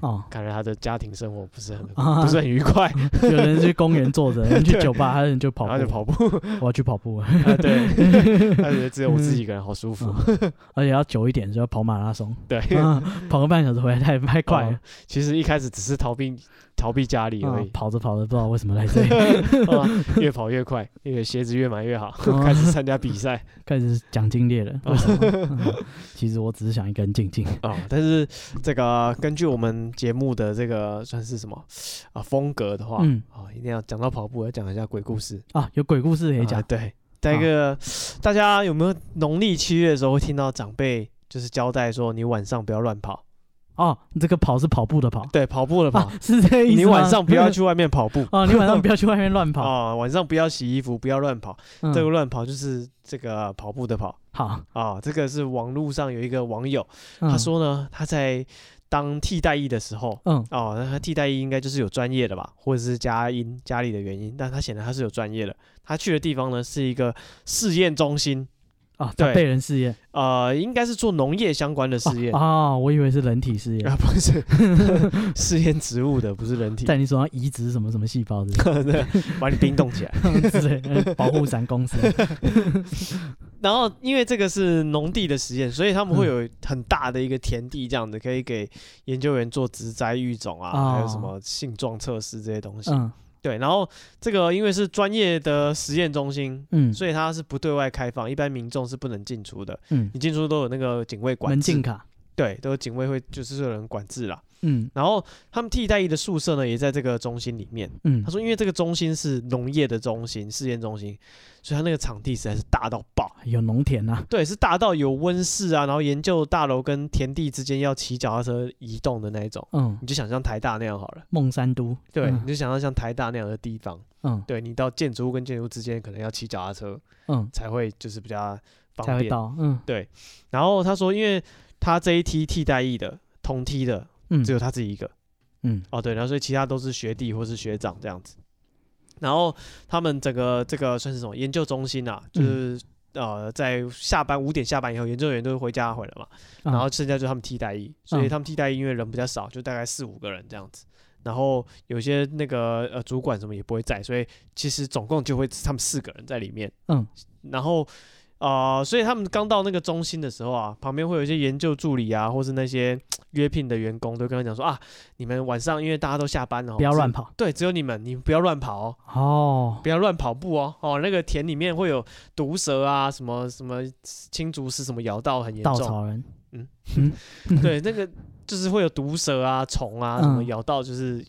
C: 哦，
B: 看来他的家庭生活不是很、
C: 啊
B: 不是很愉快，
C: 有人去公园坐着，有人去
B: 对
C: 酒吧，还有人就跑
B: 然后就
C: 步，
B: 跑步，
C: 我要去跑 步，
B: 啊，对， 他觉得只有我自己一个人好舒服。
C: 而且要久一点，就要跑马拉松，
B: 对，
C: 嗯啊跑个半小时回来太太快了
B: 哦，其实一开始只是逃避逃避家里而
C: 啊
B: 已，
C: 跑着跑着不知道为什么来这里，
B: 啊越跑越快，因为鞋子越买越好，
C: 哦
B: 开始参加比 赛
C: 开始讲经历了，
B: 哦
C: 为什么？嗯 其实我只是想一个人静静，
B: 啊。但是这个根据我们节目的这个算是什么啊风格的话，
C: 嗯
B: 啊，一定要讲到跑步，要讲一下鬼故事。
C: 啊，有鬼故事可以
B: 啊
C: 讲，啊
B: 对，再一个，大家有没有农历七月的时候会听到长辈就是交代说你晚上不要乱跑，
C: 哦，这个跑是跑步的跑
B: 对，跑步了跑
C: 啊，，是这个意思吗。。
B: 你晚上不要去外面跑步
C: 哦，你晚上不要去外面乱 跑。
B: 啊、晚上不要洗衣服，不要乱跑。
C: 嗯
B: 这个乱跑就是这个跑步的跑
C: 好，嗯
B: 啊、这个是网络上有一个网友，
C: 他
B: 他说呢，他在当替代役的时候，
C: 嗯
B: 哦，那他替代役应该就是有专业的吧，或者是家因家里的原因，但他显然他是有专业的。他去的地方呢是一个试验中心，
C: 啊，
B: 对
C: 他被人试验
B: 呃，应该是做农业相关的试验。
C: 啊，我以为是人体试验，
B: 啊，不是试验植物的，不是人体，
C: 在你手上移植什么什么细胞之
B: 对把你冰冻起来。
C: 类之类的，哎保护 伞公司。
B: 然后因为这个是农地的实验，所以他们会
C: 嗯
B: 有很大的一个田地，这样子可以给研究员做植栽育种啊，
C: 哦
B: 还有什么性状测试这些东西。
C: 嗯
B: 对，然后这个因为是专业的实验中心，
C: 嗯
B: 所以它是不对外开放，一般民众是不能进出的。
C: 嗯，
B: 你进出都有那个警卫管
C: 门
B: 制，
C: 禁卡。
B: 对，都有警卫会就是有人管制啦。
C: 嗯
B: 然后他们替代役的宿舍呢，也在这个中心里面。
C: 嗯
B: 他，说，因为这个中心是农业的中心、试验中心，所以他那个场地实在是大到爆。
C: 哎有农田啊呐，
B: 对，是大到有温室啊，然后研究大楼跟田地之间要骑脚踏车移动的那一种，
C: 嗯，
B: 你就想象台大那样好了。
C: 孟山都。
B: 对，
C: 嗯
B: 你就想象像台大那样的地方，
C: 嗯
B: 对你到建筑物跟建筑物之间可能要骑脚踏车
C: 嗯，
B: 才会就是比较
C: 才
B: 方
C: 会
B: 便。
C: 到。嗯
B: 然后他说，因为他这一梯替代役的同梯的
C: 嗯，
B: 只有他自己一个，
C: 嗯
B: 哦对，然后所以其他都是学弟或是学长这样子。然后他们整个这个算是什么研究中心啊，就是、呃在下班五点下班以后，研究员都会回家回来嘛。
C: 啊
B: 然后剩下就是他们替代役，所以
C: 嗯
B: 他们替代役因为人比较少，就大概四五个人这样子。然后有些那个呃主管什么也不会在，所以其实总共就会他们四个人在里面。
C: 嗯，
B: 然后呃，所以他们刚到那个中心的时候啊，旁边会有一些研究助理啊，或是那些约聘的员工，都跟他讲说啊，你们晚上因为大家都下班了哦，
C: 不要
B: 只
C: 乱。跑。
B: 对，只有你们，你们不要乱跑哦，
C: 哦
B: 不要乱跑步哦。哦，那个田里面会有毒蛇啊，什么什么青竹丝什么咬到很严
C: 稻
B: 重。
C: 草人。
B: 对，那个就是会有毒蛇啊、虫啊什么
C: 嗯
B: 咬到，就是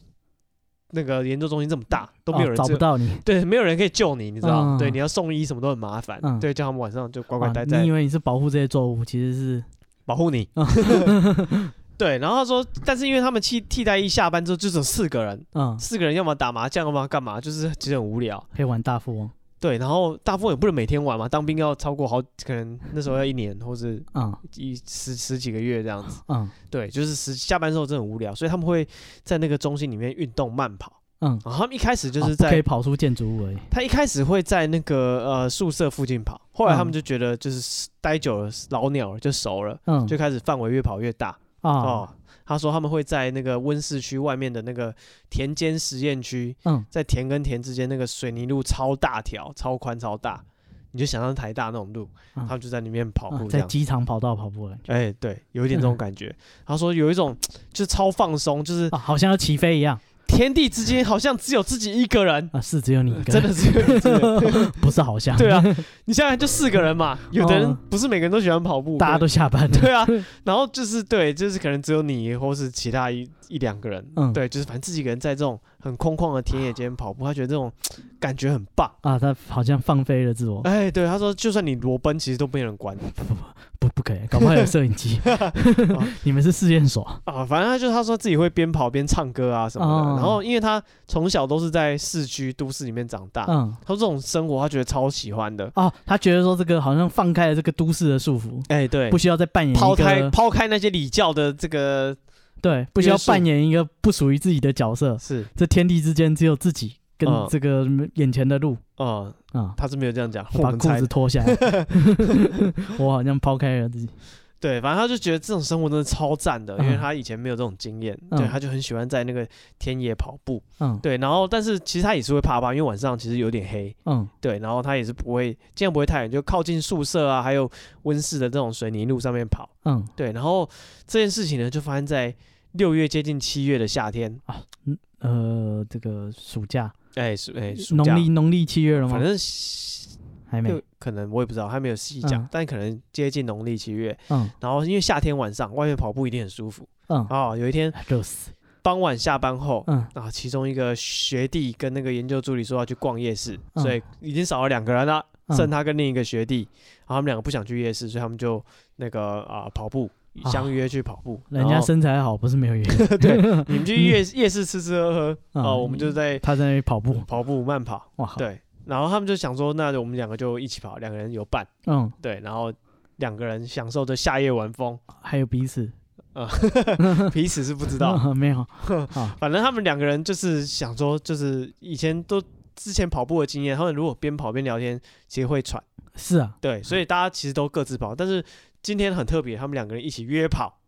B: 那个研究中心这么大都没有
C: 哦
B: 人
C: 找
B: 知
C: 不到你。
B: 对，没有人可以救你，你知道？
C: 嗯
B: 对，你要送医什么都很麻烦。
C: 嗯
B: 对，叫他们晚上就 乖乖
C: 啊
B: 待在
C: 你以为哦你是保护这些作物，其实是
B: 保护你。 对，然后他说，但是因为他们替替代役下班之后就只有四个人，
C: 嗯，
B: 四个人要么打麻将，要么干嘛，就是其实很无聊。
C: 可以玩大富翁。
B: 对，然后大部分也不能每天玩嘛，当兵要超过好，可能那时候要一年或者
C: 嗯
B: 一十十几个月这样子。
C: 嗯
B: 对，就是时下班之后真的很无聊，所以他们会在那个中心里面运动慢跑。
C: 嗯，
B: 然后他们一开始就
C: 哦
B: 是
C: 不
B: 在、
C: 可以跑出建筑物而已。
B: 他一开始会在那个呃宿舍附近跑，后来他们就觉得就是待久了老鸟了就熟了，
C: 嗯，
B: 就开始范围越跑越大
C: 啊，
B: 哦。他说他们会在那个温室区外面的那个田间实验区，
C: 嗯
B: 在田跟田之间那个水泥路超大条、超宽、超大，你就想象台大那种路，
C: 嗯
B: 他们就在里面跑
C: 啊
B: 步这
C: 在
B: 样。
C: 机场跑道跑 步了
B: 哎、对，有一点这
C: 嗯
B: 种感觉。他说有一种就是超放松，就是
C: 啊，好像要起飞一样
B: 天地之间好像只有自己一个 人，
C: 啊，是只有你一个，
B: 真的只有你自己。
C: 不是好像，
B: 对 啊，你现在就四个人嘛，有的人
C: 哦
B: 不是每个人都喜欢跑步，
C: 大
B: 可能
C: 家 都下班了，
B: 对 啊。然后就是对，就是可能只有你或是其他一一两个人，
C: 嗯
B: 对，就是反正自己一个人在这种很空旷的田野间跑步，他觉得这种感觉很棒。
C: 啊，他好像放飞了自我，
B: 哎，对，他说，就算你裸奔，其实都没有人管你，
C: 不不可以，搞不好有摄影 机。你们是试验所
B: 啊，反正他就他说自己会边跑边唱歌啊什么的。
C: 哦
B: 然后因为他从小都是在市区都市里面长大，
C: 嗯
B: 他说这种生活他觉得超喜欢的。
C: 哦，他觉得说这个好像放开了这个都市的束缚，
B: 哎、对
C: 不，需要再扮演一
B: 抛开
C: 个
B: 抛开那些礼教的这个
C: 对，不需要
B: 约束
C: 扮演一个不属于自己的角色。
B: 是，
C: 这天地之间只有自己跟
B: 嗯
C: 这个眼前的路
B: 哦、
C: 啊、
B: 他是没有这样讲，我
C: 把
B: 们
C: 裤
B: 猜
C: 子
B: 的。
C: 脱下来， 我好像抛开了自己。
B: 对，反正他就觉得这种生活真的超赞的，因为
C: 嗯
B: 他以前没有这种经验，
C: 嗯
B: 对，他就很喜欢在那个田野跑步。
C: 嗯
B: 对，然后但是其实他也是会怕怕，因为晚上其实有点黑。
C: 嗯
B: 对，然后他也是不会，尽量不会太远，就靠近宿舍啊，还有温室的这种水泥路上面跑。
C: 嗯
B: 对，然后这件事情呢，就发生在六月接近七月的夏天，
C: 呃，这个暑假，
B: 哎，暑哎，暑
C: 农
B: 假，
C: 历农历七月了吗
B: 反？正
C: 还没
B: 就。可能我也不知道，他没有细讲，
C: 嗯
B: 但可能接近农历七月。
C: 嗯
B: 然后因为夏天晚上外面跑步一定很舒服
C: 嗯，
B: 哦，有一天
C: 热死。
B: 傍晚下班后。
C: 嗯
B: 啊，其中一个学弟跟那个研究助理说要去逛夜市，
C: 嗯
B: 所以已经少了两个人了，
C: 嗯
B: 剩他跟另一个学弟，然后他们两个不想去夜市，所以他们就那个啊、跑步，
C: 啊
B: 相约去跑步。
C: 人家
B: 然后
C: 身材好，不是没有原因。
B: 你 们去夜夜市吃吃喝喝啊、
C: 嗯
B: 我们就在
C: 他在那里跑步，
B: 跑步慢跑，
C: 哇，好，
B: 对。然后他们就想说，那我们两个就一起跑，两个人有伴，
C: 嗯，
B: 对。然后两个人享受着夏夜晚 风，
C: 还有彼此，
B: 啊、彼此是不知道，
C: 没有，啊，
B: 反正他们两个人就是想说，就是以前都之前跑步的经验，他们如果边跑边聊天，其实会喘。
C: 是啊，
B: 对，所以大家其实都各自跑，但是今天很特别，他们两个人一起约跑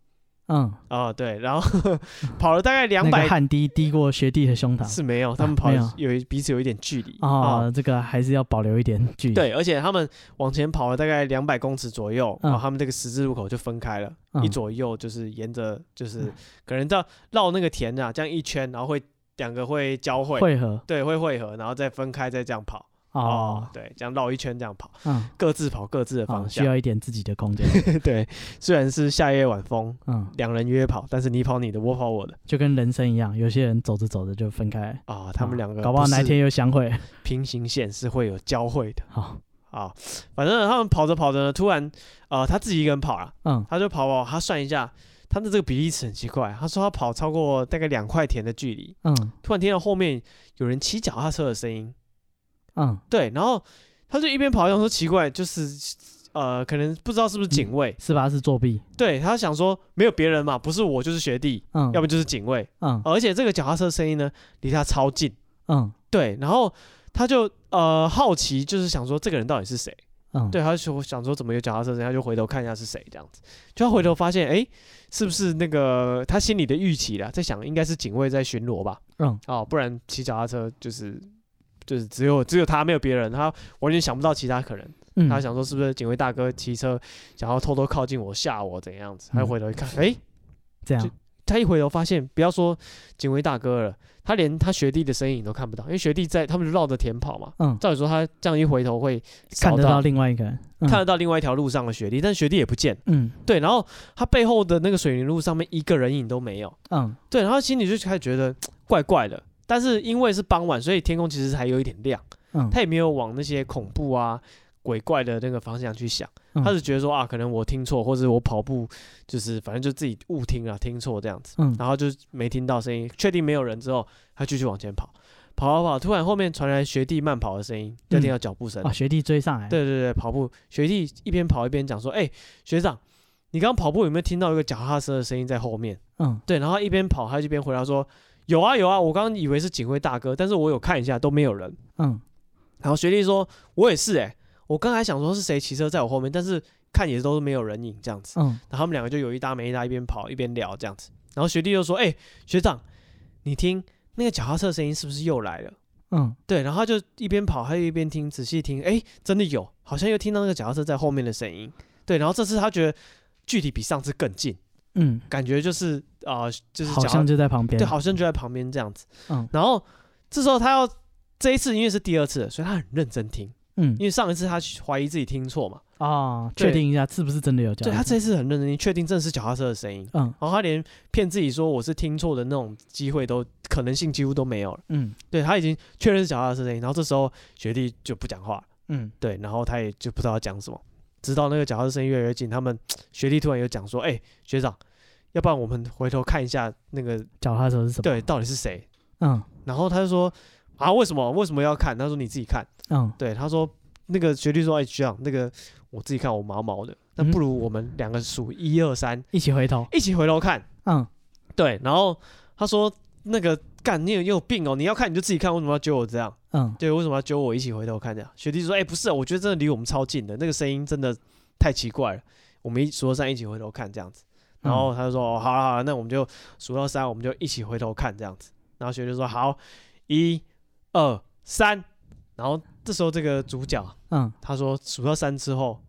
C: 嗯，
B: 啊、对，然后 跑了大概两
C: 那
B: 百、
C: 个汗滴滴过学弟的胸膛
B: 是没有，他们
C: 啊
B: 跑
C: 没
B: 有
C: 有
B: 一彼此有一点距离啊、
C: 啊，这个还是要保留一点距离。，
B: 对，而且他们往前跑了大概两百公尺左右，
C: 嗯
B: 然后他们这个十字路口就分开了，
C: 嗯
B: 一左一右就是沿着就是
C: 嗯
B: 可能到绕那个田啊，这样一圈，然后会两个会交汇，
C: 汇合
B: 对，会汇合，然后再分开，再这样跑。
C: 哦，
B: 对，这样绕一圈这样跑，
C: 嗯，
B: 各自跑各自的
C: 啊
B: 方
C: 需
B: 向。
C: 要一点自己的空 间，
B: 对，虽然是夏夜晚风，
C: 嗯，
B: 两人约跑，但是你跑你的，我跑我的
C: 就跟人生一样，有些人走着走着就分开了，
B: 啊。他们两个
C: 哦搞不好
B: 是
C: 哪天又相会。
B: 平行线是会有交汇的
C: 好，
B: 啊。反正他们跑着跑着呢，突然呃，他自己一个人跑了，
C: 嗯，
B: 他就跑跑，他算一下。他的这个比例尺很奇怪，他说他跑超过大概两块田的距离，
C: 嗯
B: 突然听到后面有人骑脚踏车的声音，
C: 嗯，
B: 对，然后他就一边跑，想说奇怪，就是呃，可能不知道是不是警卫，
C: 是吧？是作弊，
B: 对他想说没有别人嘛，不是我就是学弟，
C: 嗯，
B: 要不就是警卫，
C: 嗯
B: 而且这个脚踏车声音呢离他超近，
C: 嗯
B: 对，然后他就呃好奇，就是想说这个人到底是谁，
C: 嗯，
B: 对，他就想说怎么有脚踏车声音，他就回头看一下是谁这样子，就他回头发现哎是不是那个他心里的预期啦，在想应该是警卫在巡逻吧，
C: 嗯
B: 哦，不然骑脚踏车就是。就是只有只有他没有别人，他完全想不到其他可能。
C: 嗯，
B: 他想说是不是警卫大哥骑车想要偷偷靠近我吓我怎样子？他就
C: 嗯
B: 回头一看，哎、
C: 这样
B: 就，他一回头发现，不要说警卫大哥了，他连他学弟的身影都看不到，因为学弟在他们就绕着田跑嘛。
C: 嗯，
B: 照理说他这样一回头会扫
C: 看得到另外一个人，嗯
B: 看得到另外一条路上的学弟，但学弟也不见。
C: 嗯
B: 对，然后他背后的那个水泥路上面一个人影都没有。
C: 嗯
B: 对，然后心里就开始觉得怪怪的。但是因为是傍晚，所以天空其实还有一点亮，
C: 嗯，
B: 他也没有往那些恐怖啊、鬼怪的那个方向去想。
C: 嗯
B: 他是觉得说啊，可能我听错，或者我跑步就是反正就自己误听啊，听错这样子，
C: 嗯
B: 然后就没听到声音，确定没有人之后，他继续往前跑，跑跑跑，突然后面传来学弟慢跑的声音，就听到脚步声。
C: 啊，学弟追上来，
B: 对对对，跑步，学弟一边跑一边讲说：“哎、学长，你刚刚跑步有没有听到一个脚踏车的声音在后面
C: 嗯？”
B: 对，然后他一边跑，他就一边回答说：“有啊有啊，我刚刚以为是警卫大哥，但是我有看一下都没有人。”
C: 嗯
B: 然后学弟说：“我也是哎、我刚才想说是谁骑车在我后面，但是看也都是没有人影这样子。
C: 嗯”
B: 然后他们两个就有一搭没一搭，一边跑一边聊这样子。然后学弟就说：“哎、学长，你听那个脚踏车的声音是不是又来了
C: 嗯？”
B: 对，然后他就一边跑，他就一边听，仔细听，哎、真的有，好像又听到那个脚踏车在后面的声音。对，然后这次他觉得距离比上次更近，
C: 嗯，
B: 感觉就是啊、呃就是
C: 好
B: 脚
C: 像
B: 踏
C: 就在旁边，
B: 对，好像就在旁边这样子。
C: 嗯
B: 然后这时候他要这一次因为是第二次了，所以他很认真听。
C: 嗯
B: 因为上一次他怀疑自己听错嘛，
C: 啊，
B: 对
C: 确定一下是不是真的有这
B: 对
C: 样
B: 他
C: 子，
B: 这次很认真听，确定正是脚踏车的声音，
C: 嗯
B: 然后他连骗自己说我是听错的那种机会都可能性几乎都没有了。
C: 嗯
B: 对他已经确认是脚踏车的声音，然后这时候学弟就不讲话了，
C: 嗯
B: 对，然后他也就不知道要讲什么。知道那个脚踏车生意越来越近，他们学弟突然有讲说，哎、学长，要不然我们回头看一下那个
C: 脚踏车是什么？
B: 对，到底是谁？
C: 嗯
B: 然后他就说啊，为什么为什么要看？他说你自己看。
C: 嗯，
B: 对，他说那个学弟说，哎、学长，那个我自己看我毛毛的，那
C: 嗯
B: 不如我们两个数一二三，
C: 一起回头。
B: 一起回头看。
C: 嗯，
B: 对，然后他说那个干，你有你有病哦，你要看你就自己看，为什么要揪我这样？
C: 嗯
B: 对，为什么要揪我一起回头看这样？学弟说：“哎、不是、啊，我觉得真的离我们超近的，那个声音真的太奇怪了。我们一数到三一起回头看这样子。”然后他就说：“哦，好了好了，那我们就数到三，我们就一起回头看这样子。”然后学弟就说：“好，一、二、三。”然后这时候这个主角
C: 嗯，
B: 他说数到三之后，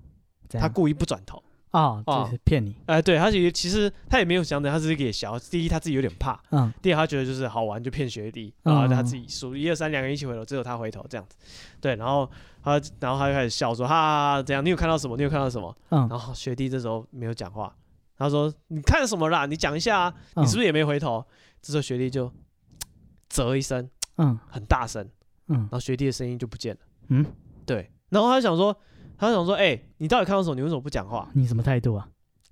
C: 怎
B: 他
C: 样？
B: 故意不转头。
C: 哦，
B: 哦
C: 这是骗你。
B: 哎、对他其实其实他也没有想着他自己给小，第一他自己有点怕，
C: 嗯
B: 第二，他觉得就是好玩就骗学弟，
C: 嗯
B: 然后他自己数一二三，两个人一起回头，只有他回头这样子。对，然后他，然后他就开始笑说：“哈哈哈，这样你有看到什么？你有看到什么？”
C: 嗯，
B: 然后学弟这时候没有讲话，他说：“你看什么啦？你讲一下啊！
C: 嗯
B: 你是不是也没回头？”这时候学弟就嘖啧一声，
C: 嗯
B: 很大声，
C: 嗯
B: 然后学弟的声音就不见了。
C: 嗯，
B: 对，然后他想说，他想说：“哎、你到底看到什么？你为什么不讲话
C: 你什么态度啊？？”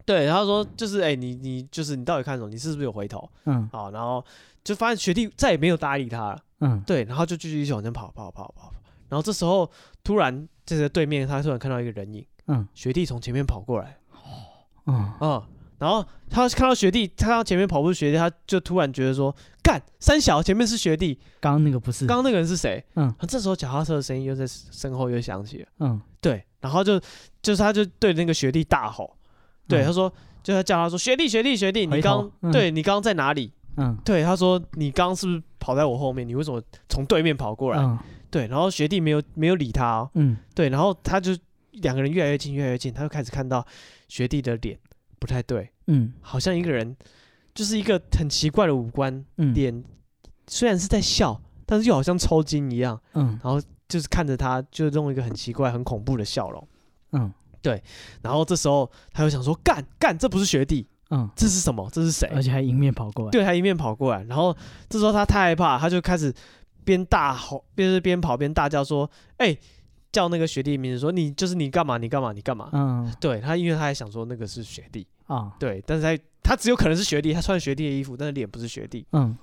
B: 对，他说：“就是哎、你你就是你到底看什么？你是不是有回头
C: 嗯？”
B: 好，然后就发现学弟再也没有搭理他了。
C: 嗯
B: 对，然后就继续一直往前跑跑跑跑跑。然后这时候突然，这个对面他突然看到一个人影，
C: 嗯
B: 学弟从前面跑过来
C: 嗯，
B: 啊、然后他看到学弟，他看到前面跑步的学弟，他就突然觉得说，干三小前面是学弟，
C: 刚刚那个不是。
B: 刚刚那个人是谁？
C: 嗯
B: 然后这时候脚踏车的声音又在身后又响起了，
C: 嗯
B: 对，然后就就是他就对那个学弟大吼，对，
C: 嗯
B: 他说。就他叫他说学弟学弟学弟，你
C: 回
B: 刚
C: 头、嗯
B: 对你刚刚在哪里？
C: 嗯
B: 对，他说你刚刚是不是跑在我后面？你为什么从对面跑过来？
C: 嗯
B: 对，然后学弟没有没有理他、哦，
C: 嗯
B: 对，然后他就两个人越来越近，越来越近，他就开始看到学弟的脸不太对，
C: 嗯
B: 好像一个人就是一个很奇怪的五官，
C: 嗯，
B: 脸虽然是在笑，但是又好像抽筋一样，
C: 嗯
B: 就是看着他就用一个很奇怪、很恐怖的笑容。
C: 嗯
B: 然后这时候他又想说：“干干，这不是学弟，
C: 嗯，
B: 这是什么？这是谁？”
C: 而且还迎面跑过来。
B: 对他迎面跑过来，然后这时候他太害怕，他就开始边大吼，边是边跑边大叫说：“哎、叫那个学弟名字说你就是你干嘛你干嘛你干嘛？”
C: 嗯
B: 对他，因为他还想说那个是学弟，
C: 啊
B: 对，但是他他只有可能是学弟，他穿学弟的衣服，但是脸不是学弟。
C: 嗯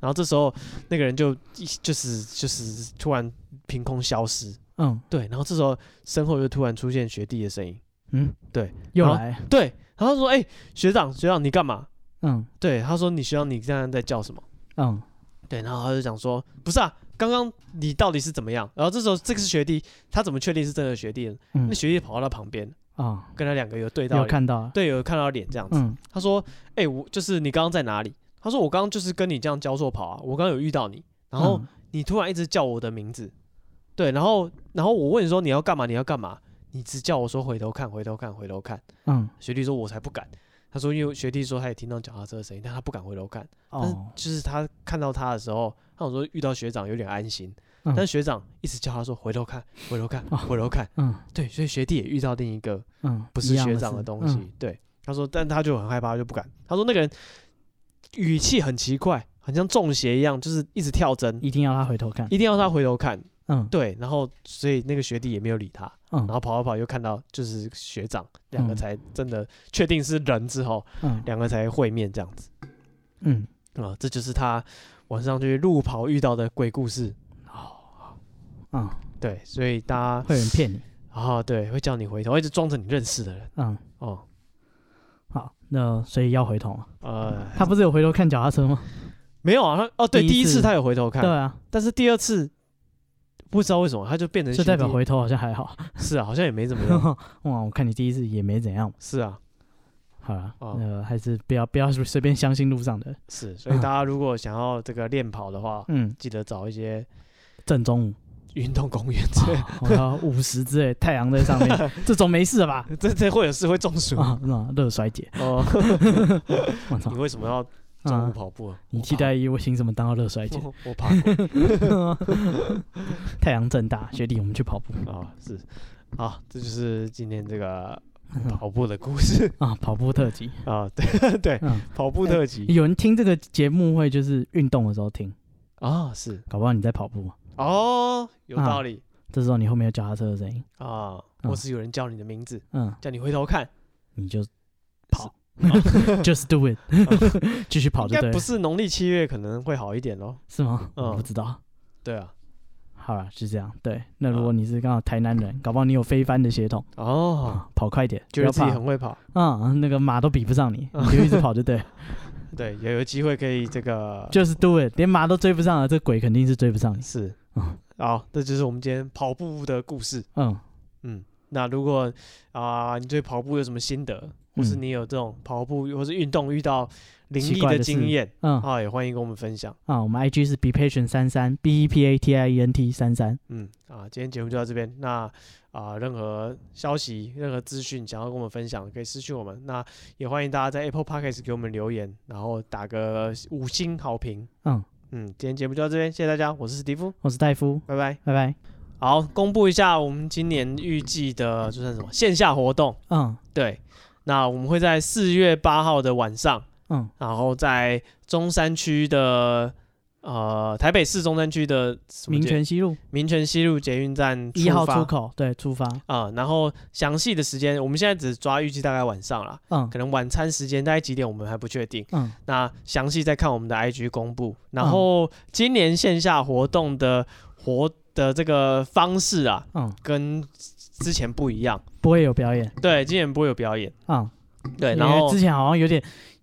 B: 然后这时候那个人就一就是就是突然凭空消失，
C: 嗯
B: 对，然后这时候身后就突然出现学弟的声音，
C: 嗯，
B: 对，
C: 又
B: 然后
C: 来。
B: 对，然后他说：“哎、学长学长你干嘛？”
C: 嗯
B: 对，他说：“你学长你这样在叫什么？”
C: 嗯
B: 对，然后他就讲说，不是啊，刚刚你到底是怎么样？然后这时候这个是学弟，他怎么确定是真的学弟呢？
C: 嗯
B: 那学弟跑到他旁边，
C: 啊，
B: 跟他两个有对到
C: 有
B: 脸，
C: 看到。
B: 对，有看到脸这样子。
C: 嗯
B: 他说，哎、我就是你刚刚在哪里？他说我刚刚就是跟你这样交错跑啊，我刚刚有遇到你，然
C: 嗯
B: 后你突然一直叫我的名字，对，然后然后我问你说你要干嘛？你要干嘛？你只叫我说回头看，回头看，回头看。
C: 嗯
B: 学弟说，我才不敢。他说，因为学弟说他也听到脚踏车的声音，但他不敢回头看。但是
C: 哦
B: 就是他看到他的时候，他想说遇到学长有点安心，
C: 嗯
B: 但学长一直叫他说回头 看，回头看，
C: 哦
B: 回头看。
C: 嗯
B: 对，所以学弟也遇到另一个
C: 嗯，
B: 不
C: 一
B: 是
C: 样
B: 学长
C: 事嗯
B: 的东西。。对，他说，但他就很害怕，他就不敢。他说那个人语气很奇怪，很像中邪一样，就是一直跳针
C: 嗯，一定要他回头看。
B: 一定要他回头看。
C: 嗯
B: 对，然后所以那个学弟也没有理他，
C: 嗯
B: 然后跑跑跑又看到就是学长，两个
C: 嗯
B: 才真的确定是人之后，
C: 嗯
B: 两个才会面这样子。
C: 嗯，
B: 啊、这就是他晚上去路跑遇到的鬼故事。
C: 哦嗯，
B: 对，所以大家
C: 会有人骗你。
B: 啊、对，会叫你回头，一直装成你认识的人。
C: 嗯，
B: 哦，
C: 好，那所以要回头嘛。
B: 呃，
C: 他不是有回头看脚踏车吗？
B: 没有啊，他哦，对，
C: 第一
B: 第一次
C: 次
B: 他有回头
C: 对
B: 看，
C: 啊，
B: 但是第二次不知道为什么他就变成
C: 就代表
B: 学弟
C: 回头好像还好。
B: 是啊，好像也没怎么 样。
C: 哇，我看你第一次也没怎样。
B: 是啊，
C: 好了，
B: 哦
C: 呃，还是不要不要随便相信路上的人。
B: 是，所以大家如果想要这个练跑的话，
C: 嗯，
B: 记得找一些
C: 正 中午，
B: 运动公园 之类的，
C: 啊我要五十之类，太阳在上 面，这总没事了吧？
B: 这这会有事会中暑
C: 啊，那热衰竭，
B: 哦。
C: 我 操
B: 你！为什么要中午
C: 啊，
B: 跑步啊？
C: 你
B: 我
C: 替
B: 怕
C: 代一，我凭什么当到热衰竭？
B: 我我怕过
C: 太阳正大，学弟，我们去跑步
B: 啊，是。好，这就是今天这个跑步的故事
C: 嗯啊，跑步特辑。
B: 啊， 对对，
C: 嗯，
B: 跑步特辑
C: 有人听这个节目会就是运动的时候听，
B: 啊，是
C: 搞不好你在跑步嘛，
B: 哦，有道理
C: 啊这时候你后面有脚踏车的声音
B: 啊，或是有人叫你的名字，
C: 嗯，
B: 叫你回头看，
C: 你就跑 ，just do it，继续跑
B: 应
C: 就对
B: 该
C: 了
B: 不，是农历七月可能会好一点咯。
C: 是吗？
B: 嗯
C: 我不知道。
B: 对啊，
C: 好了，是这样。对，那
B: 嗯
C: 如果你是刚好台南人，搞不好你有飞帆的血统，
B: 哦，
C: 跑快点，
B: 觉得
C: 啊不
B: 自
C: 要
B: 己
C: 怕
B: 很嗯会跑，
C: 啊，那个马都比不上你，你就一直跑 就对了，
B: 对，也有机会可以这个
C: 就是 do it，连马都追不上了，这鬼肯定是追不上你。
B: 是
C: 嗯，
B: 好，这就是我们今天跑步的故事。
C: 嗯，
B: 嗯，那如果啊、你对跑步有什么心得，或是
C: 嗯
B: 你有这种跑步或是运动遇到灵
C: 奇
B: 异
C: 怪的
B: 经
C: 事
B: 验
C: 嗯
B: 啊，也欢迎跟我们分享。
C: 啊，我们 IG 是 be patient 三三 b e p a t i e n t 三三，
B: 嗯啊，今天节目就到这边。那啊、任何消息、任何资讯想要跟我们分享，可以私讯我们。那也欢迎大家在 Apple Podcast 给我们留言，然后打个五星好评。
C: 嗯，
B: 嗯，今天节目就到这边，谢谢大家，我是史蒂夫，
C: 我是戴夫，
B: 拜拜。
C: 拜拜。
B: 好，公布一下我们今年预计的，就算什么线下活动。
C: 嗯
B: 对，那我们会在四月八号的晚上，
C: 嗯
B: 然后在中山区的呃台北市中山区的什么
C: 民
B: 街
C: 权西路
B: 民权西路捷运站
C: 一号
B: 发
C: 出口，对，出发。
B: 啊、然后详细的时间我们现在只抓预计大概晚上啦，
C: 嗯
B: 可能晚餐时间大概几点我们还不确定，
C: 嗯
B: 那详细再看我们的 IG 公布。然
C: 嗯
B: 后今年线下活动的活的这个方式啊，
C: 嗯，
B: 跟之前不一样，
C: 不会有表演
B: 对，今年不会有表演，
C: 啊。嗯
B: 对，
C: 因
B: 然
C: 为
B: 后
C: 之前好像有点，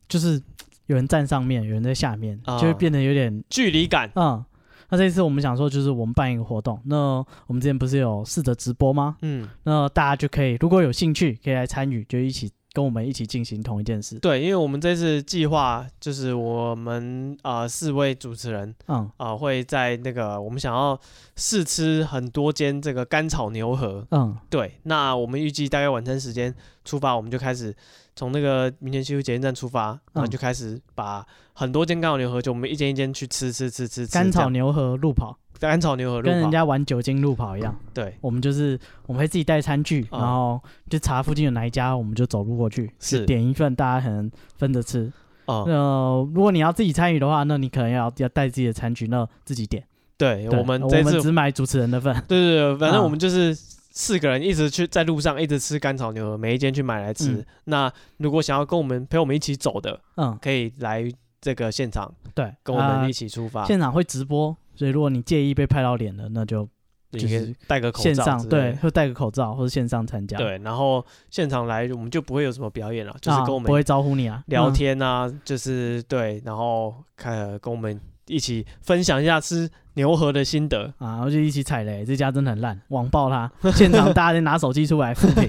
C: 就是有人站上面，有人在下面，
B: 啊
C: 就会变得有点
B: 距离感，
C: 嗯。那这次我们想说，就是我们办一个活动。那我们之前不是有试着直播吗？
B: 嗯，
C: 那大家就可以，如果有兴趣，可以来参与，就一起跟我们一起进行同一件事。
B: 对，因为我们这次计划就是我们啊、呃四位主持人
C: 嗯
B: 啊、呃会在那个我们想要试吃很多间这个干炒牛河，
C: 嗯
B: 对，那我们预计大概晚餐时间出发，我们就开始从那个明天西路捷运站出发，然后
C: 嗯
B: 就开始把很多间干炒牛河，就我们一间一间去吃吃吃吃吃
C: 干
B: 这
C: 草
B: 样
C: 牛河路跑，
B: 干炒牛河路
C: 跟人
B: 跑，嗯
C: 家玩酒精路跑一样，
B: 对，
C: 我们就是我们会自己带餐具，
B: 嗯
C: 然后就查附近有哪一家，我们就走路过去，
B: 是
C: 点一份，大家可能分着吃。
B: 哦、
C: 呃，如果你要自己参与的话，那你可能要要带自己的餐具，那自己点。
B: 对，
C: 对
B: 我们
C: 我
B: 这
C: 们
B: 次
C: 只买主持人的份。
B: 对对对，反正
C: 啊
B: 我们就是四个人一直去在路上一直吃干炒牛河，每一间去买来吃。
C: 嗯
B: 那如果想要跟我们陪我们一起走的，
C: 嗯，
B: 可以来这个现场
C: 对，
B: 跟我们
C: 啊
B: 一起出发，
C: 现场会直播，所以如果你介意被拍到脸了，那就
B: 你
C: 就
B: 可以
C: 是
B: 戴个口
C: 线
B: 罩
C: 上
B: 之类
C: 对，
B: 的。
C: 会戴个口罩或者线上参加，啊，
B: 对，然后现场来我们就不会有什么表演了，就是跟我
C: 不
B: 们
C: 会招呼你啊，
B: 聊天啊，就是对，然后看跟我们一起分享一下吃牛河的心得。
C: 嗯。啊，我就一起踩雷，这家真的很烂，网爆他！现场大家拿手机出来复 评，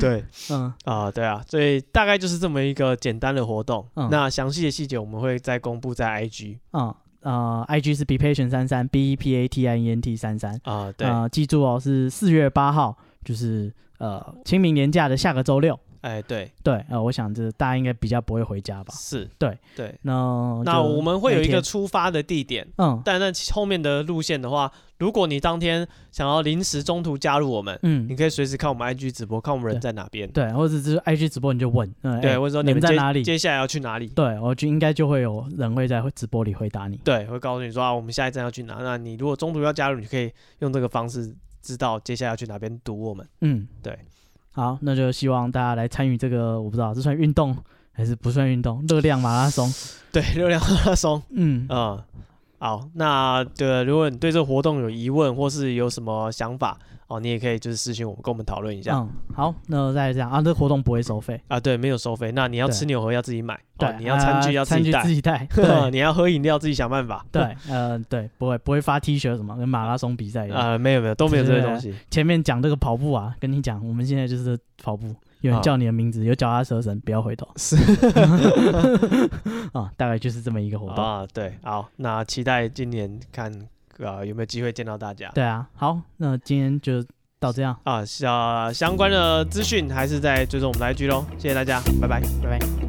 B: 对，
C: 嗯
B: 啊、对啊，所以大概就是这么一个简单的活动。
C: 嗯
B: 那详细的细节我们会再公布在 IG
C: 嗯呃，IG 是 be patient 三三 b e p a t i e n t 三三，
B: 啊、对，哎、
C: 呃，记住哦，是四月八号，就是呃清明年假的下个周六。
B: 哎对，
C: 对，呃，我想这大家应该比较不会回家吧？
B: 是，
C: 对
B: 对。
C: 那
B: 那
C: 就
B: 我们会有
C: 那
B: 一个
C: 天
B: 出发的地点，
C: 嗯
B: 但那其后面的路线的话，如果你当天想要临时中途加入我们，你
C: 嗯，
B: 可以随时看我们 IG 直播，看我们人
C: 对
B: 在哪边。
C: 对，或者就是 IG 直播你就问，嗯，
B: 对，
C: 哎
B: 或者说
C: 你
B: 们
C: 在
B: 接
C: 哪里？
B: 接下来要去哪里？
C: 对，我就应该就会有人会在直播里回答你。
B: 对，会告诉你说啊，我们下一站要去哪。那你如果中途要加入，你可以用这个方式知道接下来要去哪边堵我们。
C: 嗯，
B: 对。
C: 好，那就希望大家来参与这个，我不知道这算运动还是不算运动，热量马 拉松。
B: 对，热量马拉松。
C: 嗯，
B: 嗯，好，那对，如果你对这个活动有疑问或是有什么想法哦，你也可以就是私信我们，跟我们讨论一下。
C: 嗯，好，那再这样啊，这个活动不会收费。
B: 啊，对，没有收费。那你要
C: 对
B: 吃牛河要自己买，
C: 对，
B: 哦，你要餐具
C: 啊
B: 要自
C: 餐
B: 己
C: 具
B: 带嗯哦
C: 自，己带。对
B: 你要喝饮料自己想办法。
C: 对，呃，对，不会不会发 T 恤什么，跟马拉松比赛一样。
B: 啊，没有没有，都没有这些
C: 对
B: 东 西。
C: 前面讲这个跑步啊，跟你讲，我们现在就是跑步，有
B: 啊
C: 人叫你的名字，有脚踏车声，不要回头。
B: 是
C: 啊，大概就是这么一个活动。
B: 啊，对，好，那期待今年看啊有没有机会见到大家。
C: 对啊，好，那今天就到这样，
B: 啊，相相关的资讯还是在追踪我们的 IG 喽，谢谢大家，拜拜，
C: 拜拜。